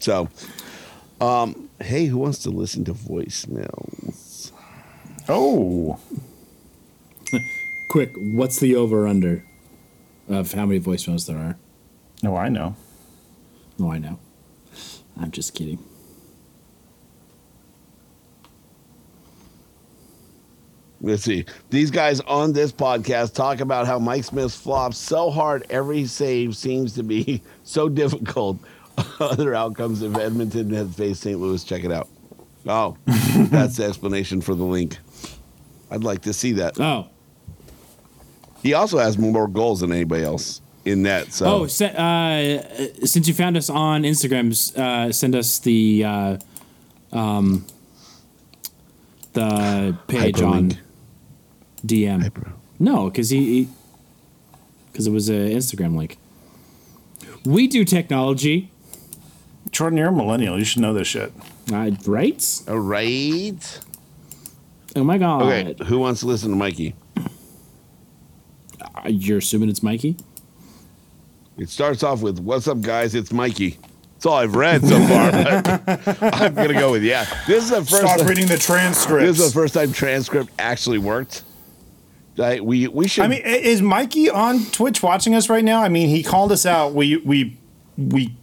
G: So, um, hey, who wants to listen to voicemails?
F: Oh,
C: Quick, what's the over under of how many voicemails there are?
F: no, I know.
C: Oh, I know. I'm just kidding.
G: Let's see. These guys on this podcast talk about how Mike Smith's flops so hard, every save seems to be <laughs> so difficult. <laughs> Other outcomes if Edmonton had faced St. Louis, check it out. Oh, that's the explanation for the link. I'd like to see that.
C: Oh,
G: He also has more goals than anybody else in that. So
C: oh, se- uh, since you found us on Instagram, s- uh, send us the uh, um, the page on
G: Hyperlink.
C: DM.
G: Hyper-
C: No, because he because it was an Instagram link. We do technology,
F: Jordan, you're a millennial. You should know this shit.
C: uh, right?
G: All right.
C: Oh my god!
G: Okay. Who wants to listen to Mikey?
C: Uh, You're assuming it's Mikey.
G: It starts off with "What's up, guys? It's Mikey." That's all I've read so far. but <laughs> I'm gonna go with yeah. This is the first.
F: Stop
G: <laughs>
F: reading the transcripts.
G: This is the first time transcript actually worked. I, we we should.
F: I mean, i- is Mikey on Twitch watching us right now? I mean, he called us out. We we we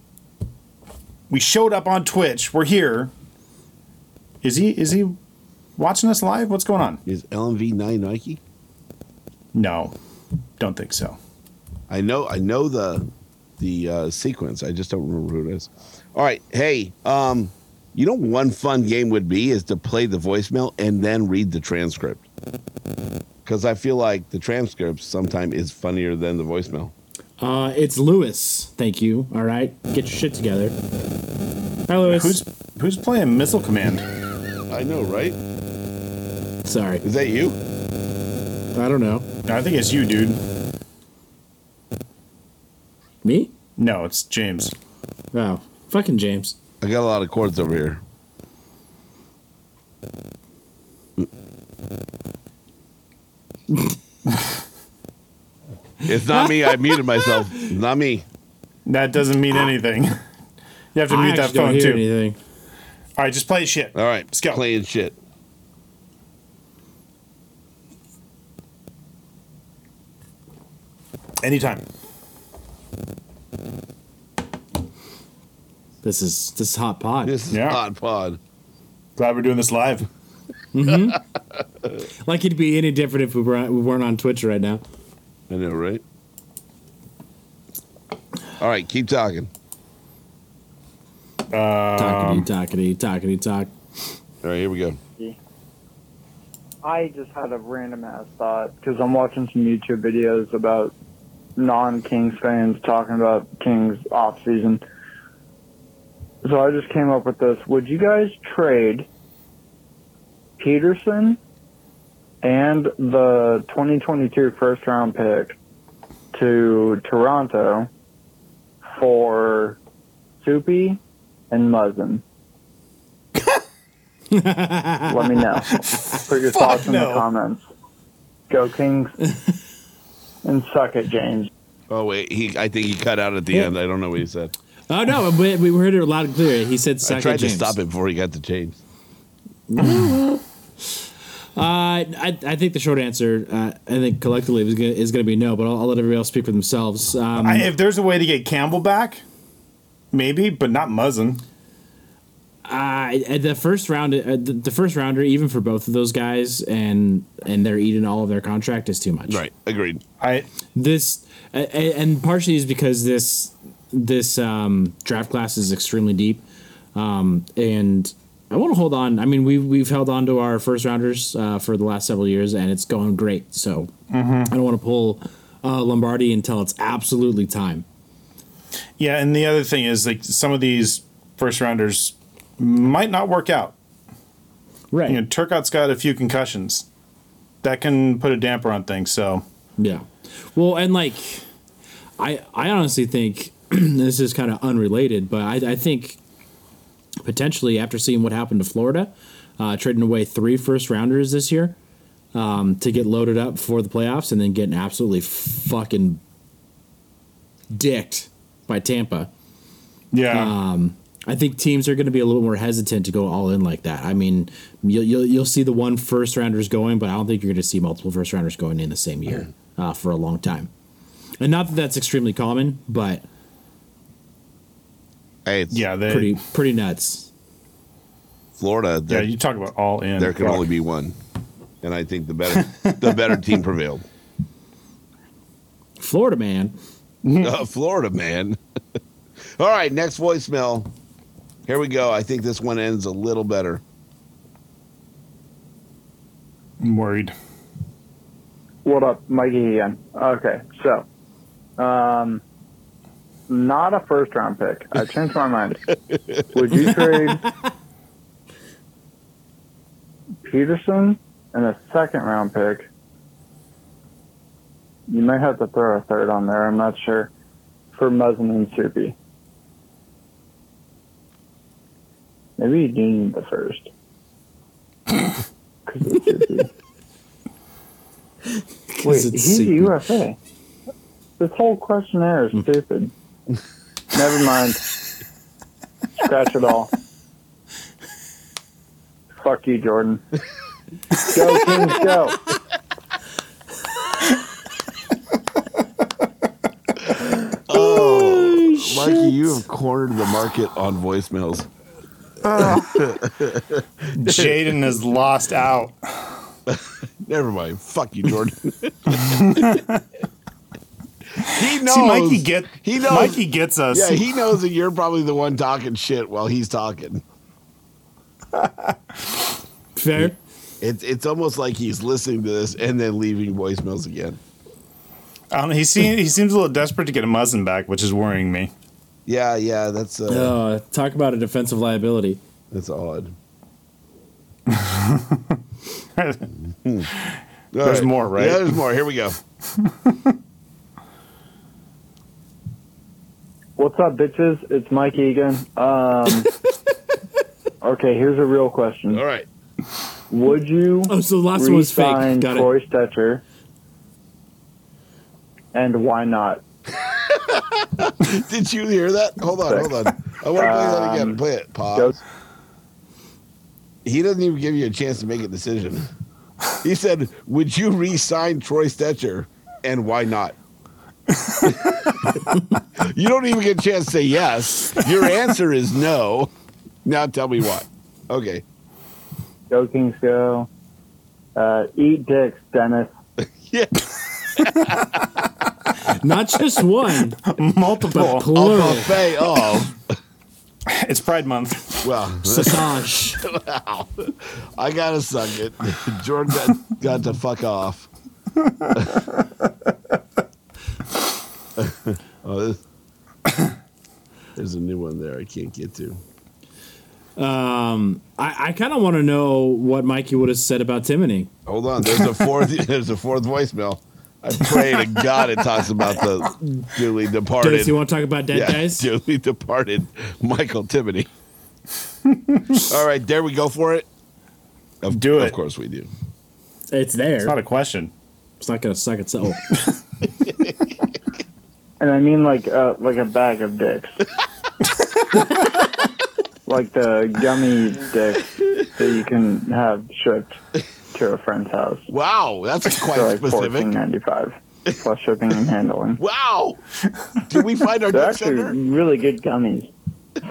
F: we showed up on Twitch. We're here. Is he is he watching us live? What's going on?
G: is LMV nine Nike?
F: No, don't think so.
G: I know I know the the uh, sequence. I just don't remember who it is. All right, hey, um, you know one fun game would be is to play the voicemail and then read the transcript. Because I feel like the transcript sometimes is funnier than the voicemail.
C: Uh, it's Lewis. Thank you. All right, get your shit together. Hi, Lewis.
F: Who's who's playing Missile Command?
G: I know, right?
C: Sorry,
G: Is that you?
C: I don't know.
F: I think it's you, dude.
C: Me?
F: No, it's James.
C: Oh, fucking James.
G: I got a lot of chords over here. it's not me. I muted myself. It's not me.
F: That doesn't mean anything. <laughs> You have to
C: I
F: mute that
C: actually don't
F: phone
C: hear
F: too.
C: anything.
F: All right, just play shit.
G: All right,
F: let's go.
G: Playing shit.
F: Anytime.
C: This is this is hot pod.
G: This is
F: Yeah.
G: Hot Pod.
F: Glad we're doing this live.
C: Like it'd be any different if we, were, we weren't on Twitch right now.
G: I know, right? All right, keep talking.
C: Talkity, talkity, talkity, talk.
G: All right, here we go.
H: I just had a random ass thought because I'm watching some YouTube videos about non Kings fans talking about Kings off season. So I just came up with this. Would you guys trade Peterson and the 2022 first round pick to Toronto for Soupy and Muzzin?
F: <laughs>
H: Let me
A: <laughs>
H: know. Put your thoughts in
F: no.
H: the comments. Go
A: <laughs>
H: Kings and suck it, James.
G: Oh wait, he. I think he cut out at the end. I don't know what he said.
C: Oh no, we, we heard it loud and clear. He said,
G: I
C: "Suck
G: tried
C: it, James."
G: to stop it before he got to James.
C: Uh, I, I think the short answer, uh, I think collectively, is going is to be no, but I'll, I'll let everybody else speak for themselves. Um,
F: I, if there's a way to get Campbell back, maybe, but not Muzzin.
C: I, I- the first round, uh, the, the first rounder, even for both of those guys, and and they're eating all of their contract is too much.
G: Agreed.
F: I
C: This a- a- and partially is because this this um, draft class is extremely deep, um, and I want to hold on. I mean, we we've held on to our first rounders uh, for the last several years, and it's going great.
A: Mm-hmm.
C: So I don't want to pull uh, Lombardi until it's absolutely time.
A: Yeah, and the other thing is like some of these first rounders might not work out.
C: Right.
A: You know, Turcotte's got a few concussions. That can put a damper on things, so
C: Yeah. Well, and like, I I honestly think <clears throat> this is kind of unrelated, but I, I think potentially after seeing what happened to Florida, uh, trading away three first rounders this year um, to get loaded up for the playoffs and then getting absolutely fucking dicked by Tampa.
A: Yeah.
C: Um, I think teams are going to be a little more hesitant to go all in like that. I mean, you'll, you'll, you'll see the one first rounders going, but I don't think you're going to see multiple first rounders going in the same year
A: Mm.
C: uh, for a long time. And not that that's extremely common, but
A: yeah, they,
C: pretty pretty nuts.
G: Florida.
A: Yeah,
G: there-
A: you talk about all in.
G: there can only be one, and I think the better the
A: <laughs>
G: better team prevailed.
C: Florida man.
G: Uh, Florida man. <laughs> All right, next voicemail. Here we go. I think this one ends a little better.
A: I'm worried.
F: What up, Mikey again? Okay, so, um, not a first round pick. I changed
G: <laughs>
F: my mind. Would you trade Peterson and a second round pick? You might have to throw a third on there. I'm not sure for Muzzin and Soupy. Maybe you do need the first. Wait,
C: it's
F: he's
C: secret.
F: a UFA. This whole questionnaire is stupid. Never mind. Scratch it all. Fuck you, Jordan. Go, <laughs> Kings, go.
G: Oh, Mikey, you have cornered the market on voicemails.
A: <laughs> Jaden has lost out.
G: <laughs> Never mind. Fuck you,
A: <laughs>
G: Jordan. he knows.
A: See, Mikey get
G: he knows.
A: Mikey gets us.
G: yeah, he knows that you're probably the one talking shit while he's talking.
C: Fair.
G: It's it's almost like he's listening to this and then leaving voicemails again.
A: I don't know, he seems he seems a little desperate to get a Muzzin back, which is worrying me.
G: Yeah, yeah, that's uh,
C: Uh, talk about a defensive liability.
A: <laughs>
G: that's odd.
A: There's more, right?
G: Yeah, there's more. Here we go.
F: What's up, bitches? It's Mike Egan.
A: <laughs>
F: Um, okay, here's a real question.
G: All right.
F: Would you
C: Oh, so the last one was fake.
F: re-sign
C: Got it.
F: Troy Stetcher? And why not?
G: Did you hear that? Hold on, hold on. I want to play that again. Play it,
A: Uh,
F: Go-
G: pause. He doesn't even give you a chance to make a decision. He said, "Would you re-sign Troy Stetcher, and why not?" <laughs> you don't even get a chance to say yes. Your answer is no. Now tell me why. Okay.
F: Go Kings go. Uh, eat dicks, Dennis.
G: Yeah.
C: Not
A: <laughs>
C: just one, but
A: Multiple.
G: A
C: plural.
G: buffet of
A: It's Pride Month.
G: well.
C: Sausage.
G: I gotta suck it. <laughs> Jordan got, got to fuck off. <laughs> oh, this, there's a new one there I can't get to.
C: I, I kind of want to know what Mikey would have said about Timony.
G: Hold
A: <laughs>
G: on, there's a fourth. <laughs> there's a fourth voicemail. I pray to God it talks about the duly departed.
C: Dennis, you want to talk about dead
G: yeah,
C: guys?
G: duly departed
A: <laughs>
G: Michael Timoney. All right, there we go for it. Of,
A: Do it.
G: Of course we do.
C: It's there.
A: It's not a question.
C: It's not going to suck
G: <laughs>
C: itself.
F: And I mean like uh, like a bag
C: <laughs>
F: of dicks. like the gummy dicks that you can have shipped to a friend's house
G: Wow, that's quite
F: for like
G: specific.
F: fourteen
G: <laughs>
F: ninety five. Plus shipping and handling.
G: Wow! Did we find our
F: They're
G: next
F: actually
G: sender?
F: really good gummies.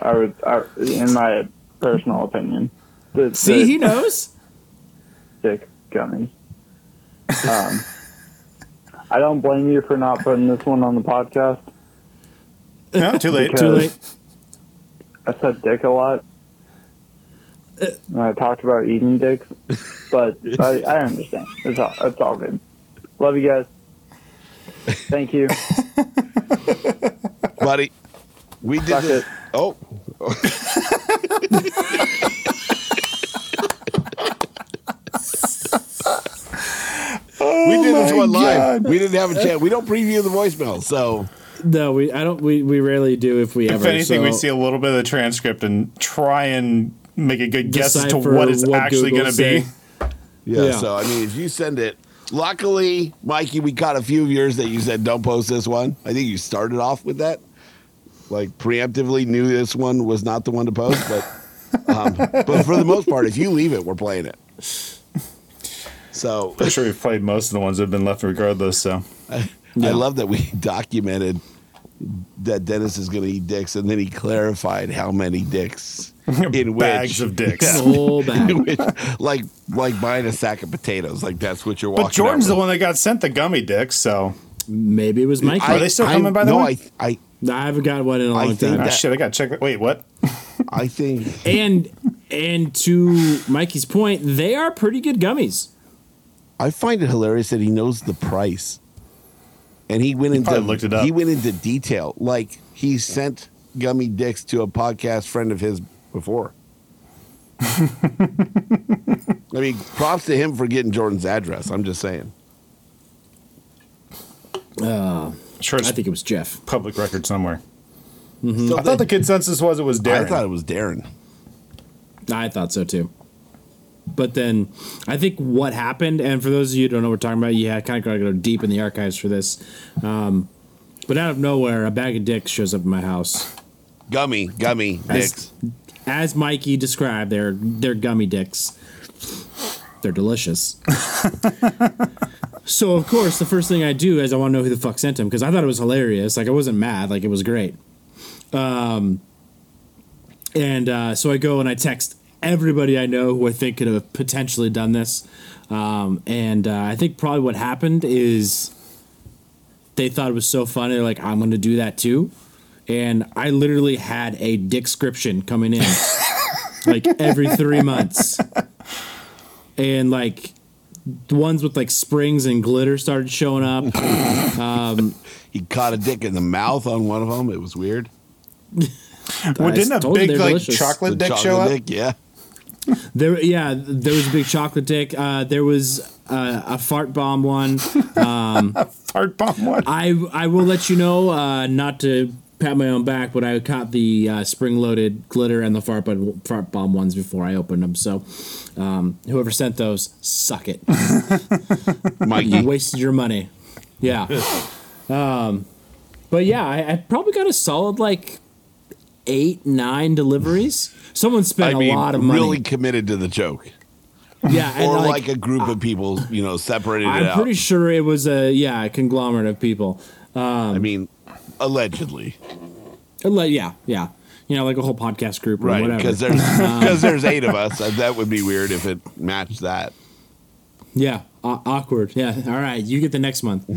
F: I would, I, in my personal opinion, the,
C: See,
F: the <laughs>
C: he knows.
F: dick gummies. Um, I don't blame you for not putting this one on the podcast.
A: No, too late.
C: Too late.
F: I said dick a lot. And I talked about eating dicks, but I, I understand. It's all, it's all good. Love you guys. Thank you.
G: buddy. We did this.
C: <laughs>
G: Oh. we did
C: Oh
G: this
C: my
G: one live.
C: God.
G: We didn't have a chat. We don't preview the voicemail, so
C: No, we. I don't. We, we rarely do if we
F: If
C: ever.
F: anything,
C: so-
F: we see a little bit of the transcript and try and make a good guess as to
C: Decipher
F: what it's
C: what
F: actually
C: Google
F: going to be.
C: said.
G: yeah,
C: Yeah.
G: So I mean, if you send it, luckily, Mikey, we caught a few of yours that you said don't post this one. I think you started off with that, like preemptively knew this one was not the one to post,
F: <laughs>
G: but um, but for the most part, if you leave it, we're playing it. So
F: Pretty sure we've played most of the ones that have been left regardless. So
G: I love that we documented that Dennis is going to eat dicks, and then he clarified how many
F: <laughs>
G: dicks in
F: Bags
G: which,
F: of dicks.
G: Yeah.
C: Whole <laughs>
G: <laughs>
C: bag.
G: In which- like like buying a sack of potatoes. Like that's what you're walking.
F: but Jordan's
G: out
F: the one that got sent the gummy dicks. So
C: Maybe it was Mike.
G: I-
F: <laughs> are they still
G: I-
F: coming by the
G: no,
F: way?
G: I I
C: I haven't got one in a
G: I
C: long
G: think
C: time.
F: Ah,
G: that-
F: shit, I got to check. that- Wait, what?
G: I think
C: and and to Mikey's point, they are pretty good gummies.
G: I find it hilarious that he knows the price, and he went into
F: probably looked it up.
G: he went into detail. Like he sent gummy dicks to a podcast friend of his
F: <laughs>
G: before. I mean, props to him for getting Jordan's address. I'm just saying.
F: Sure, it's
C: I think it was Jeff.
F: public record somewhere.
G: So
F: I thought the consensus was it was
G: I
F: Darren.
G: thought it was Darren.
C: I thought so too. But then I think what happened, and for those of you who don't know what we're talking about, yeah, I kind of got to go deep in the archives for this. Um, but out of nowhere, a bag of dicks shows up at my house.
G: Gummy, gummy
C: As-
G: dicks.
C: As Mikey described, they're they're gummy dicks. They're delicious. so of course, the first thing I do is I want to know who the fuck sent them because I thought it was hilarious. Like I wasn't mad. Like it was great. Um, And uh, so I go and I text everybody I know who I think could have potentially done this. Um, and uh, I think probably what happened is they thought it was so funny. They're like, I'm going to do that too. And I literally had a description coming in like every three months. And like the ones with like springs and glitter started showing up.
G: He caught a dick in the mouth on one of them. It was weird.
F: well, didn't a
C: Totally,
F: big
C: they're
F: like
C: delicious.
F: chocolate
G: The
F: dick
G: chocolate
F: show up?
G: dick, yeah.
C: There, yeah, there was a big chocolate dick. Uh, there was uh, a fart bomb one.
F: Fart bomb one.
C: I I will let you know, uh, not to pat my own back, but I caught the uh, spring-loaded glitter and the fart bomb, fart bomb ones before I opened them. So, um, whoever sent those, suck it. you
G: <laughs> <laughs> Mikey.
C: wasted your money. Yeah. Um, but yeah, I, I probably got a solid like eight, nine deliveries. Someone
G: I
C: spent
G: mean,
C: a lot of money.
G: really committed to the joke.
C: yeah, and
G: or
C: like,
G: like, a group of people, you know, separated it
C: I'm
G: out.
C: pretty sure it was a yeah a conglomerate of people.
G: I mean, allegedly,
C: Uh, Like, yeah, yeah. You know, like a whole podcast group or
G: right?
C: whatever. Um, <laughs>
G: Because there's because there's eight of us. and That would be weird if it matched that.
C: Yeah, aw- awkward. Yeah. <laughs> All right, you get the next month.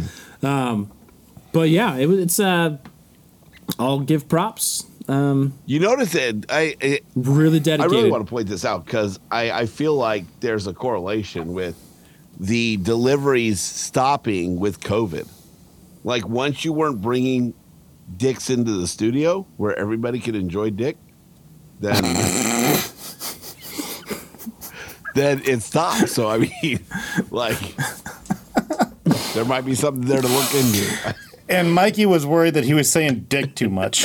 C: Um, but yeah, it was. It's. Uh, I'll give props. Um,
G: You notice it. I I,
C: Really
G: I
C: dedicated.
G: really want to point this out because I I feel like there's a correlation with the deliveries stopping with COVID. Like once you weren't bringing dicks into the studio where everybody could enjoy dick, then. Then it stopped. So I mean, <laughs> like, there might be something there to look into. <laughs>
F: And Mikey was worried that he was saying dick too much.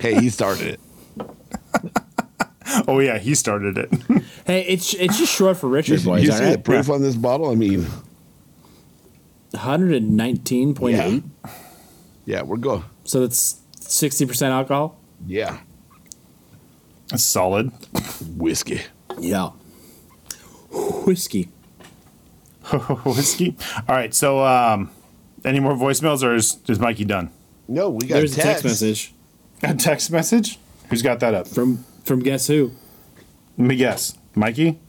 G: Hey, he started it.
F: oh yeah, he started it.
C: hey, it's it's just short for Richard
G: You,
C: boys.
G: you
C: all
G: see the
C: right.
G: proof on this bottle? I mean,
C: One hundred and nineteen point eight.
G: yeah, we're going.
C: So that's sixty percent alcohol.
G: Yeah,
F: That's solid.
G: whiskey.
C: Yeah. Whiskey.
F: Whiskey. All right. So, um, any more voicemails, or is, is Mikey done?
G: No, we got
C: There's
G: text.
C: a text message
F: A text message. Who's got that up?
C: from from guess who?
F: Let me guess. Mikey.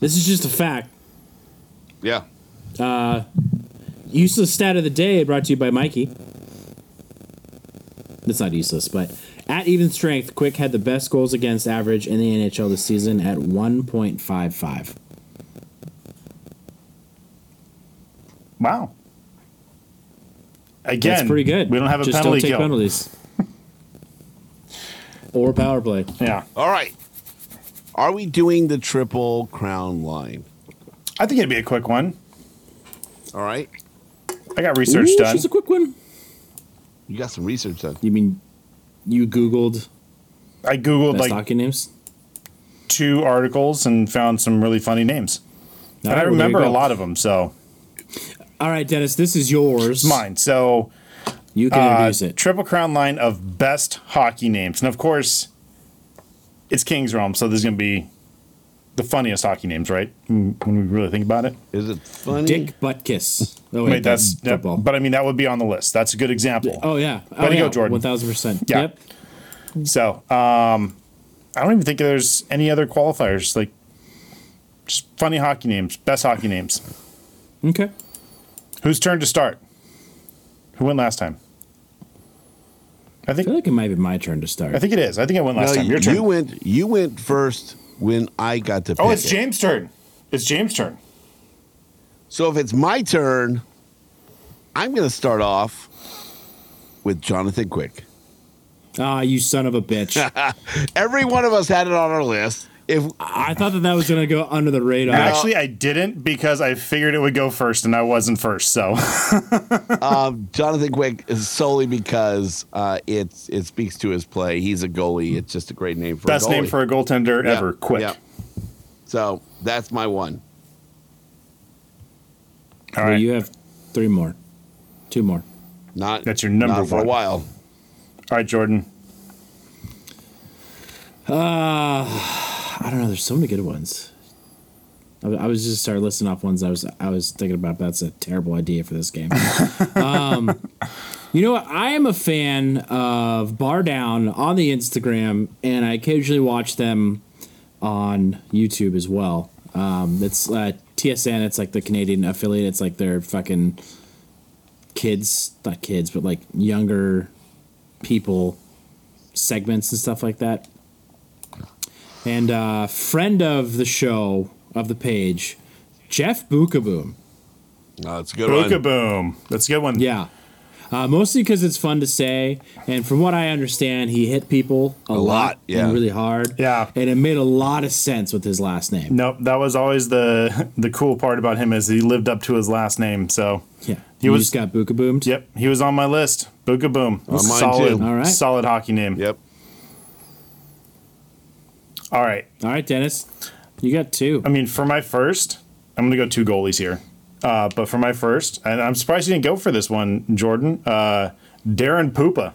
C: This is just a fact.
G: Yeah,
C: Useless stat of the day brought to you by Mikey. That's not useless, but at even strength, Quick had the best goals against average in the NHL this season at 1.55.
F: Wow. Again,
C: That's pretty good.
F: We don't have a
C: Just don't
F: penalty
C: take
F: kill. <laughs>
C: penalties. or power play.
F: Yeah.
G: All right. Are we doing the triple crown line?
F: I think it'd be a quick one.
G: All right.
F: I got research done.
C: She's a quick one.
G: You got some research done.
C: You mean you Googled?
F: I Googled
C: best
F: like
C: hockey names.
F: two articles and found some really funny names.
C: All
F: and I
C: right, well, there you
F: remember a
C: go.
F: lot of them. So
C: All right, Dennis, this is yours.
F: mine. Uh, So
C: You can introduce it.
F: Triple crown line of best hockey names, and of course, it's King's Realm. So there's going to be the funniest hockey names, right? When when we really think about it.
G: Is it funny?
C: Dick butt
F: <laughs>
C: kiss. Oh,
F: Wait, that's
C: that's football.
F: but I mean that would be on the list. That's a good example.
C: oh yeah. Oh,
F: Way to
C: yeah.
F: go, Jordan.
C: One thousand percent.
F: Yeah.
C: Yep.
F: So um, I don't even think there's any other qualifiers. Like just funny hockey names, best hockey names.
C: Okay.
F: Whose turn to start? Who went last time? I
C: I
F: think
C: feel like it might be my turn to start.
F: I think it is. I think I went last
G: No,
F: time. Your
G: you
F: turn.
G: went. You went first when I got to.
F: oh,
G: pick
F: it's
G: it.
F: James' turn. It's James' turn.
G: So if it's my turn, I'm going to start off with Jonathan Quick.
C: Ah, you son of a
F: <laughs>
C: bitch.
G: Every one of us had it on our list. If
C: I thought that that was gonna go under the radar.
F: Actually, I didn't because I figured it would go first, and I wasn't first. So <laughs>
G: um, Jonathan Quick is solely because uh, it's it speaks to his play. He's a goalie. It's just a great name for
F: best
G: a goalie.
F: name for a goaltender
G: Yeah,
F: ever. Quick.
G: yeah. So that's my one.
F: All
C: Well,
F: right.
C: you have three more, two more.
G: Not
F: That's your number
G: not for
F: one.
G: a while.
F: All right, Jordan.
C: Uh, I don't know. There's so many good ones. I, I was just started listing off ones. I was I was thinking about. That's a terrible idea for this game. um, you know what? I am a fan of Bar Down on the Instagram, and I occasionally watch them on YouTube as well. Um, it's uh, TSN. It's like the Canadian affiliate. It's like their fucking kids, not kids, but like younger people segments and stuff like that. And uh, friend of the show of the page, Jeff Bookaboom.
G: No, it's a good one.
F: Bookaboom. That's a good one.
C: Yeah. Uh, mostly because it's fun to say, and from what I understand, he hit people a, lot,
G: lot, yeah.
C: and really hard,
F: Yeah. Mm.
C: and it made a lot of sense with his last name.
F: Nope. That was always the <laughs> the cool part about him is he lived up to his last name. So
C: Yeah,
F: He
C: he
F: was-
C: just got Bookaboomed.
F: yep, he was on my list. Bookaboom.
G: On Oh, mine,
F: solid,
G: too.
C: All right.
F: solid hockey name.
G: Yep.
F: All right.
C: All right, Dennis, you got two.
F: I mean, for my first, I'm going to go two goalies here. Uh, but for my first, and I'm surprised you didn't go for this one, Jordan. Uh, Darren Poopa.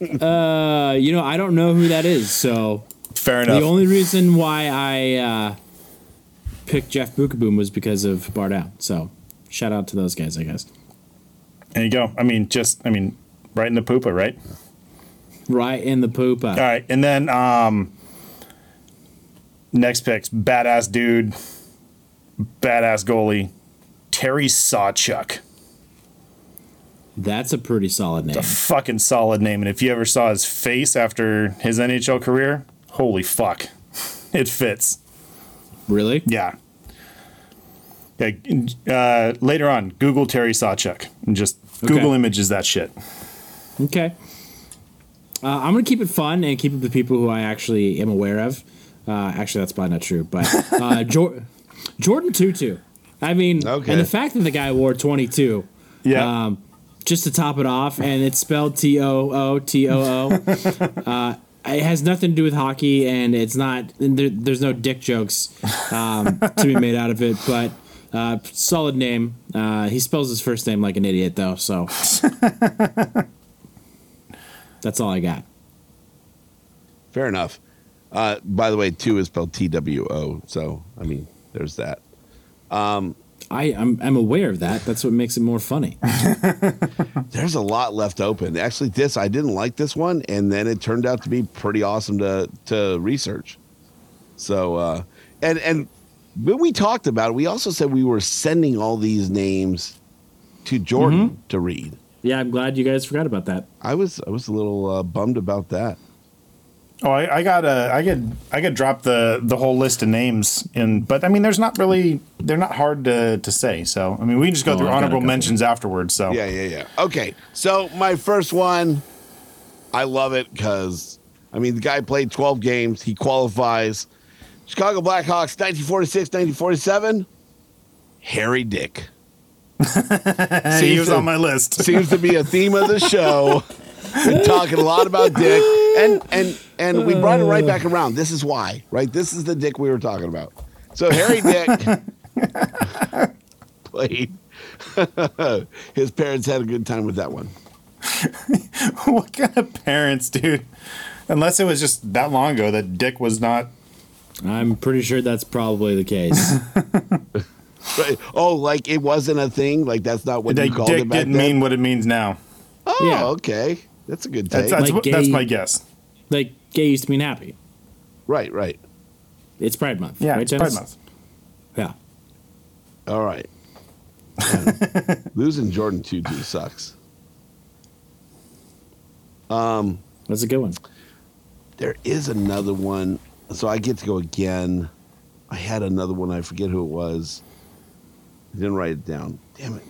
C: Uh, you know, I don't know who that is, so
F: Fair
C: the
F: enough.
C: only reason why I uh, picked Jeff Bookaboom was because of Bar Down. So shout out to those guys, I guess.
F: there you go. I mean, just I mean, right in the Poopa, right?
C: Right in the uh, poopa.
F: All right, and then um, next picks badass dude, badass goalie, Terry Sawchuk.
C: That's a pretty solid name.
F: Fucking solid name, and if you ever saw his face after his NHL career, holy fuck, <laughs> it fits.
C: Really?
F: Yeah. Yeah, uh, later on, Google Terry Sawchuk and just Google
C: Okay.
F: images that shit.
C: Okay. Uh, I'm gonna keep it fun and keep it with people who I actually am aware of. Uh, actually, that's probably not true, but uh, <laughs> Jor- Jordan Tutu. I mean,
G: Okay.
C: and the fact that the guy wore 22
F: Yeah.
C: um, just to top it off, and it's spelled T O O T O O. Uh,
F: <laughs>
C: It has nothing to do with hockey, and it's not. And there, there's no dick jokes um, to be made out of it, but. Uh, solid name. Uh, he spells his first name like an idiot, though.
F: <laughs>
C: So that's all I got.
G: Fair enough. Uh, by the way, two is spelled T W O. So I mean, there's that.
C: I I'm, I'm aware of that. That's what makes it more funny.
G: There's a lot left open. Actually, this I didn't like this one, and then it turned out to be pretty awesome to to research. So, uh, and and when we talked about it, we also said we were sending all these names to Jordan
F: Mm-hmm.
G: to read.
C: Yeah, I'm glad you guys forgot about that.
G: I was I was a little uh, bummed about that.
F: Oh, I, I got a, I could, I could drop the the whole list of names in, but I mean, there's not really, they're not hard to, to say. So I mean, we can just go
G: Oh,
F: through
G: I've got a
F: honorable
G: couple.
F: mentions afterwards. So
G: Yeah, yeah, yeah. Okay, so my first one, I love it because I mean the guy played 12 games. He qualifies. Chicago Blackhawks, 1946, 1947. Harry Dick.
F: See, he was on my list.
G: seems to be a theme of the show. We're talking a lot about Dick, and and and we brought it right back around. This is why, right? This is the Dick we were talking about. So Harry Dick <laughs> played. <laughs> His parents had a good time with that one.
F: <laughs> what kind of parents, dude? Unless it was just that long ago that Dick was not.
C: I'm pretty sure that's probably the
F: <laughs>
C: case.
G: Right. Oh, like it wasn't a thing. Like that's not what
F: Dick
G: you called
F: Dick
G: it back
F: didn't
G: then.
F: mean what it means now.
G: oh,
C: Yeah.
G: okay. That's a good take.
F: That's, that's, what- that's my guess.
C: Like gay used to mean happy.
G: Right, right.
C: It's Pride Month.
F: Yeah,
C: right,
F: it's Pride
C: Dennis?
F: Month.
C: Yeah.
G: All right.
F: <laughs>
G: Losing Jordan Tutu sucks. Um,
C: that's a good one.
G: There is another one, so I get to go again. I had another one. I forget who it was. I didn't write it down. Damn it!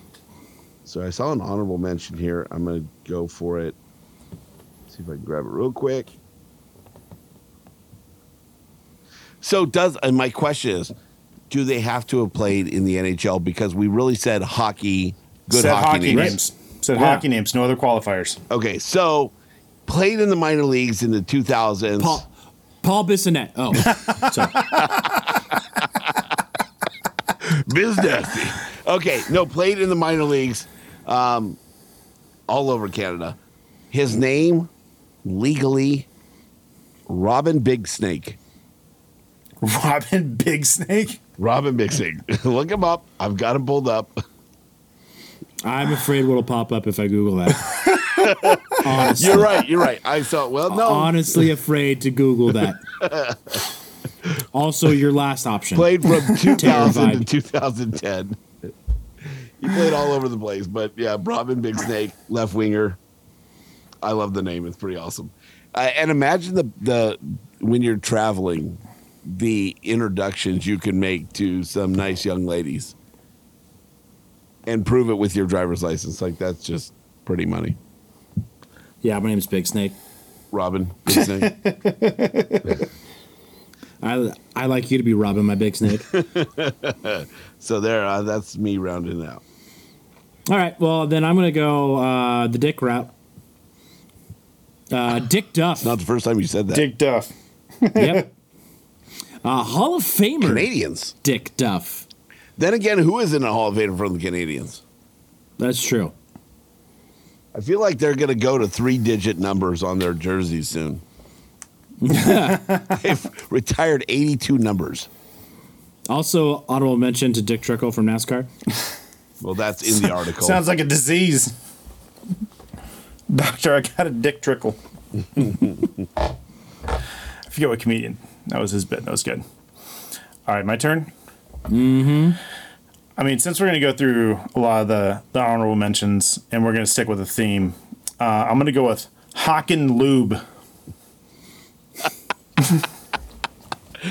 G: So I saw an honorable mention here. I'm gonna go for it. See if I can grab it real quick. So does and my question is, do they have to have played in the NHL? Because we really said hockey, good
F: Said
G: hockey,
F: hockey names. Said hockey
G: names, no other qualifiers. Okay, so played in the minor leagues in the 2000s.
C: Paul Paul Bissonette. Oh, <laughs> sorry.
G: Business. okay, no, played in the minor leagues, um, all over Canada. His name legally, Robin Big Snake.
F: <laughs> Robin Big Snake.
G: Robin Big Snake. <laughs> Look him up. I've got him pulled up.
C: I'm afraid what'll pop up if I Google that. <laughs> Honestly.
G: You're right. You're right. I thought. Well, no.
C: Honestly, afraid to Google that. <laughs> also, your last option
G: played from 2000 to
C: Terrified.
G: 2010. He played all over the place, but yeah, Robin Big Snake, left winger. I love the name; it's pretty awesome. Uh, and imagine the the when you're traveling, the introductions you can make to some nice young ladies, and prove it with your driver's license. Like that's just pretty money.
C: Yeah, my name's Big Snake.
G: Robin Big Snake.
C: I I like you to be Robin, my big snake. <laughs>
G: so there, uh, that's me rounding it out.
C: All right, well then I'm gonna go uh, the Dick route. Uh, Dick Duff.
G: Not the first time you said that.
F: Dick Duff.
C: <laughs> yep. Uh, Hall of Famer.
G: Canadians.
C: Dick Duff.
G: Then again, who is in the Hall of Fame from the Canadians?
C: That's true.
G: I feel like they're going to go to three digit numbers on their jerseys soon. <laughs> They've retired 82 numbers.
C: Also, honorable mention to Dick Trickle from NASCAR.
G: Well, that's in the article.
F: Sounds like a disease. Doctor, I got a dick trickle. I forget what comedian. That was his bit. That was good. All right, my turn. Mm-hmm. I mean, since we're going to go through a lot of the, the honorable mentions and we're going to stick with a theme, uh, I'm going to go with Hockin Lube.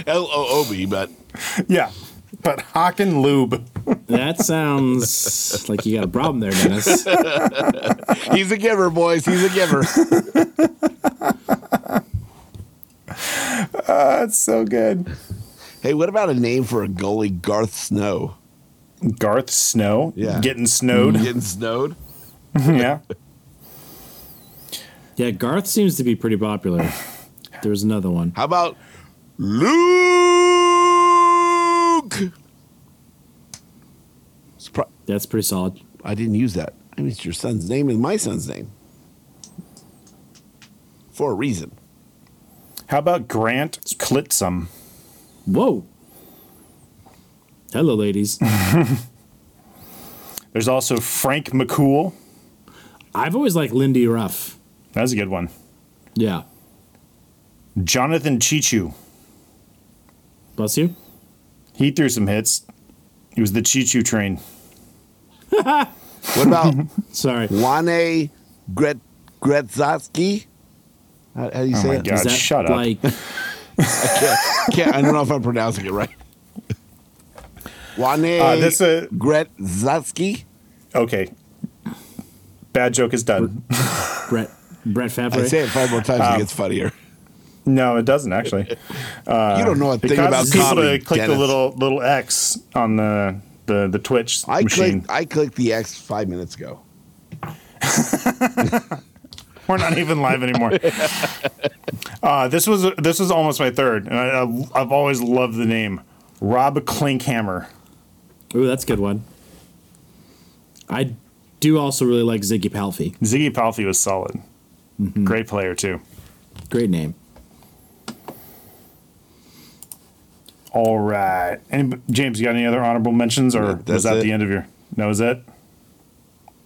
G: L O O B, but.
F: Yeah, but Hockin Lube.
C: That sounds like you got a problem there, Dennis.
G: He's a giver, boys. He's a
F: <laughs>
G: giver.
F: that's Ah, so good.
G: Hey, what about a name for a goalie, Garth Snow?
F: Garth Snow?
G: Yeah. Mm-hmm.
F: Getting snowed.
G: Getting snowed?
F: <laughs> yeah.
C: Yeah, Garth seems to be pretty popular. There was another one.
G: How about Luke?
C: That's pretty solid.
G: I didn't use that. I mean, it's your son's name and my son's name for a reason.
F: How about Grant Clitsum?
C: Whoa. Hello, ladies.
F: There's also Frank McCool.
C: I've always liked Lindy Ruff.
F: That was a good one.
C: Yeah.
F: Jonathan Chichu.
C: Bless you.
F: He threw some hits. He was the Chichu train.
G: What about
F: <laughs>
C: Sorry.
G: Wane Gret Gretzky? How, how do you
F: Oh
G: say
F: my
G: it?
F: God, Is that shut up. like-
G: I, can't, can't- I don't know if I'm pronouncing it right. Wane
F: Uh, this is
G: Gret Zatsky.
F: Okay. Bad joke is done. <laughs>
C: Brett Brett Favre.
G: I say it five more times,
F: Um,
G: it gets
F: <laughs>
G: funnier.
F: No, it doesn't actually. Uh,
G: You don't know a thing
F: it
G: about
F: causes people
G: comedy,
F: to click
G: Dennis.
F: the little little X on the the, the Twitch
G: I <laughs>
F: machine.
G: clicked, I clicked the X five minutes ago.
F: We're not even live anymore. uh, this was this was almost my third, and I, I, I've always loved the name Rob Klinkhammer.
C: Ooh, that's a good one. I do also really like Ziggy Palfy.
F: Ziggy Palfy was solid.
G: Mm-hmm.
F: Great player too.
C: Great name.
F: All right, and James, you got any other honorable mentions, or
C: That- that's
F: was that
C: it.
F: the end of your? That was it.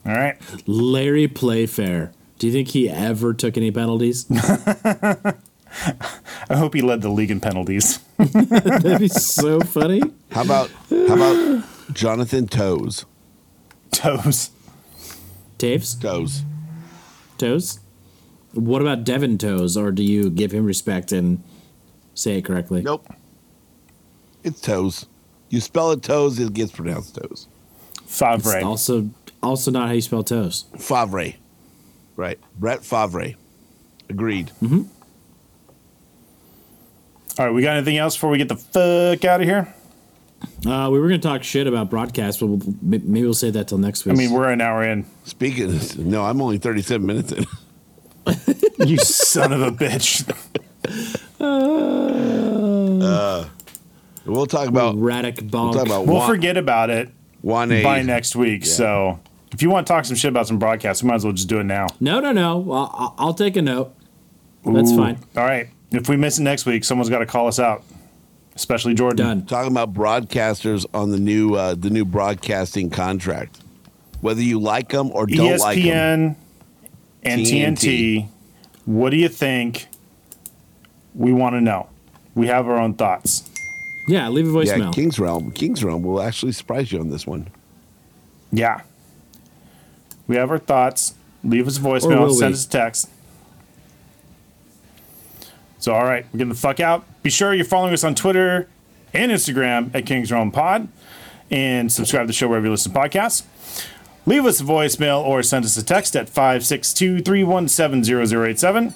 F: All right.
C: Larry Playfair. Do you think he ever took any penalties?
F: I hope he led the league in penalties. <laughs>
C: <laughs> That'd be so funny.
G: How about how about Jonathan Toes?
F: Toes.
C: Taves?
G: Toes.
C: Toes? What about Devin Toes, or do you give him respect and say it correctly?
G: Nope. It's Toes. You spell it Toes, it gets pronounced Toes.
F: Favre.
C: It's also, also not how you spell toes.
G: Favre. Right. Brett Favre. Agreed.
F: All right, we got anything else before we get the fuck out of here?
C: Uh, we were going to talk shit about broadcast, but we'll, m- maybe we'll save that till next week.
F: I mean, we're an hour
C: <laughs>
F: in.
G: Speaking of this, no, I'm only 37 minutes in. <laughs>
F: You son of a
C: <laughs>
F: bitch.
G: Uh, we'll talk about
C: Radic Bonk.
G: We'll talk about
F: We'll
G: Wa-
F: forget about it
G: Wane-
F: by next week. So if you want to talk some shit about some broadcasts, we might as well just do it now.
C: no, no, no. I'll, I'll take a note. That's
F: Ooh.
C: fine.
F: All right. If we miss it next week, someone's got to call us out, especially Jordan.
G: talking about broadcasters on the new uh, the new broadcasting contract. Whether you like them or
F: E
G: don't like them.
F: ESPN and TNT. What do you think? We want to know. We have our own thoughts.
C: Yeah, leave a voicemail.
G: Yeah, King's Realm. King's Realm will actually surprise you on this one.
F: Yeah. We have our thoughts. Leave us a
G: Or
F: voicemail,
G: will
F: send
G: we?
F: us a text. So, all right, we're getting the fuck out. Be sure you're following us on Twitter and Instagram at Kings Realm Pod and subscribe to the show wherever you listen to podcasts. Leave us a voicemail or send us a text at 562 317 0087.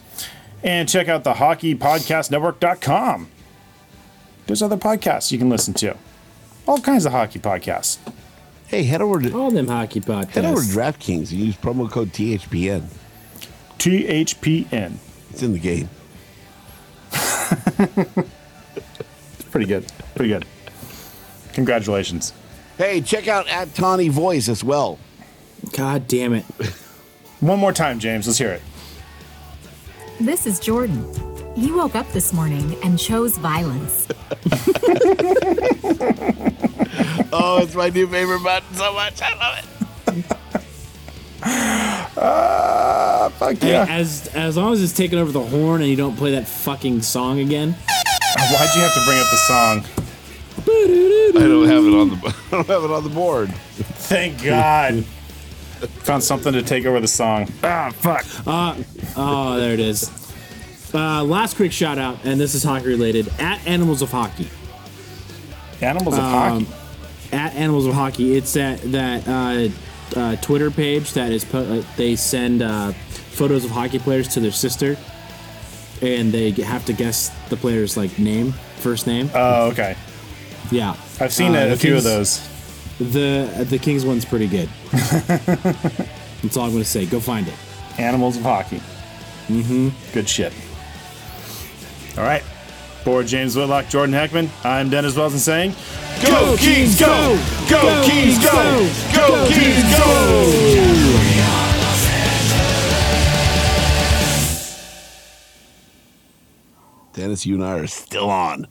F: And check out the hockeypodcastnetwork.com. There's other podcasts you can listen to, all kinds of hockey podcasts.
G: Hey, head over
F: Oh,
G: to
C: all them hockey podcasts.
G: Head over to DraftKings and use promo code THPN.
F: THPN.
G: It's in the game.
F: Pretty good. Pretty good. Congratulations.
G: Hey, check out at Tawny Voice as well.
C: God damn it.
F: One more time, James. Let's hear it.
D: This is Jordan. He woke up this morning and chose violence.
G: Oh, it's my new favorite button so much. I love it.
I: Uh,
F: Ah, fuck
C: Hey,
F: yeah.
C: As as long as it's taking over the horn and you don't play that fucking song again.
F: Why'd you have to bring up the song?
G: I don't have it on the <laughs> I don't have it on the board.
F: Thank God. <laughs> Found something to take over the song. Ah, fuck.
C: Uh, oh, there it is. Uh, last quick shout out, and this is hockey related. At Animals of Hockey.
F: Animals of
C: Um,
F: Hockey.
C: At Animals of Hockey, it's that that uh, uh, Twitter page that is po- uh, they send uh, photos of hockey players to their sister, and they have to guess the player's like name, first name.
F: Oh, okay.
C: Yeah,
F: I've
I: uh,
F: seen a-
C: the
F: a few of
C: Kings- The the Kings one's pretty
F: <laughs>
C: good. That's all I'm gonna say. Go find it.
F: Animals of Hockey.
C: Mm-hmm.
F: Good shit. All right. For James Whitlock, Jordan Heckman, I'm Dennis Wilson saying,
I: Go, Kings, go! Go, Kings, go! Go, Kings, go!
G: Dennis, you and I are still on.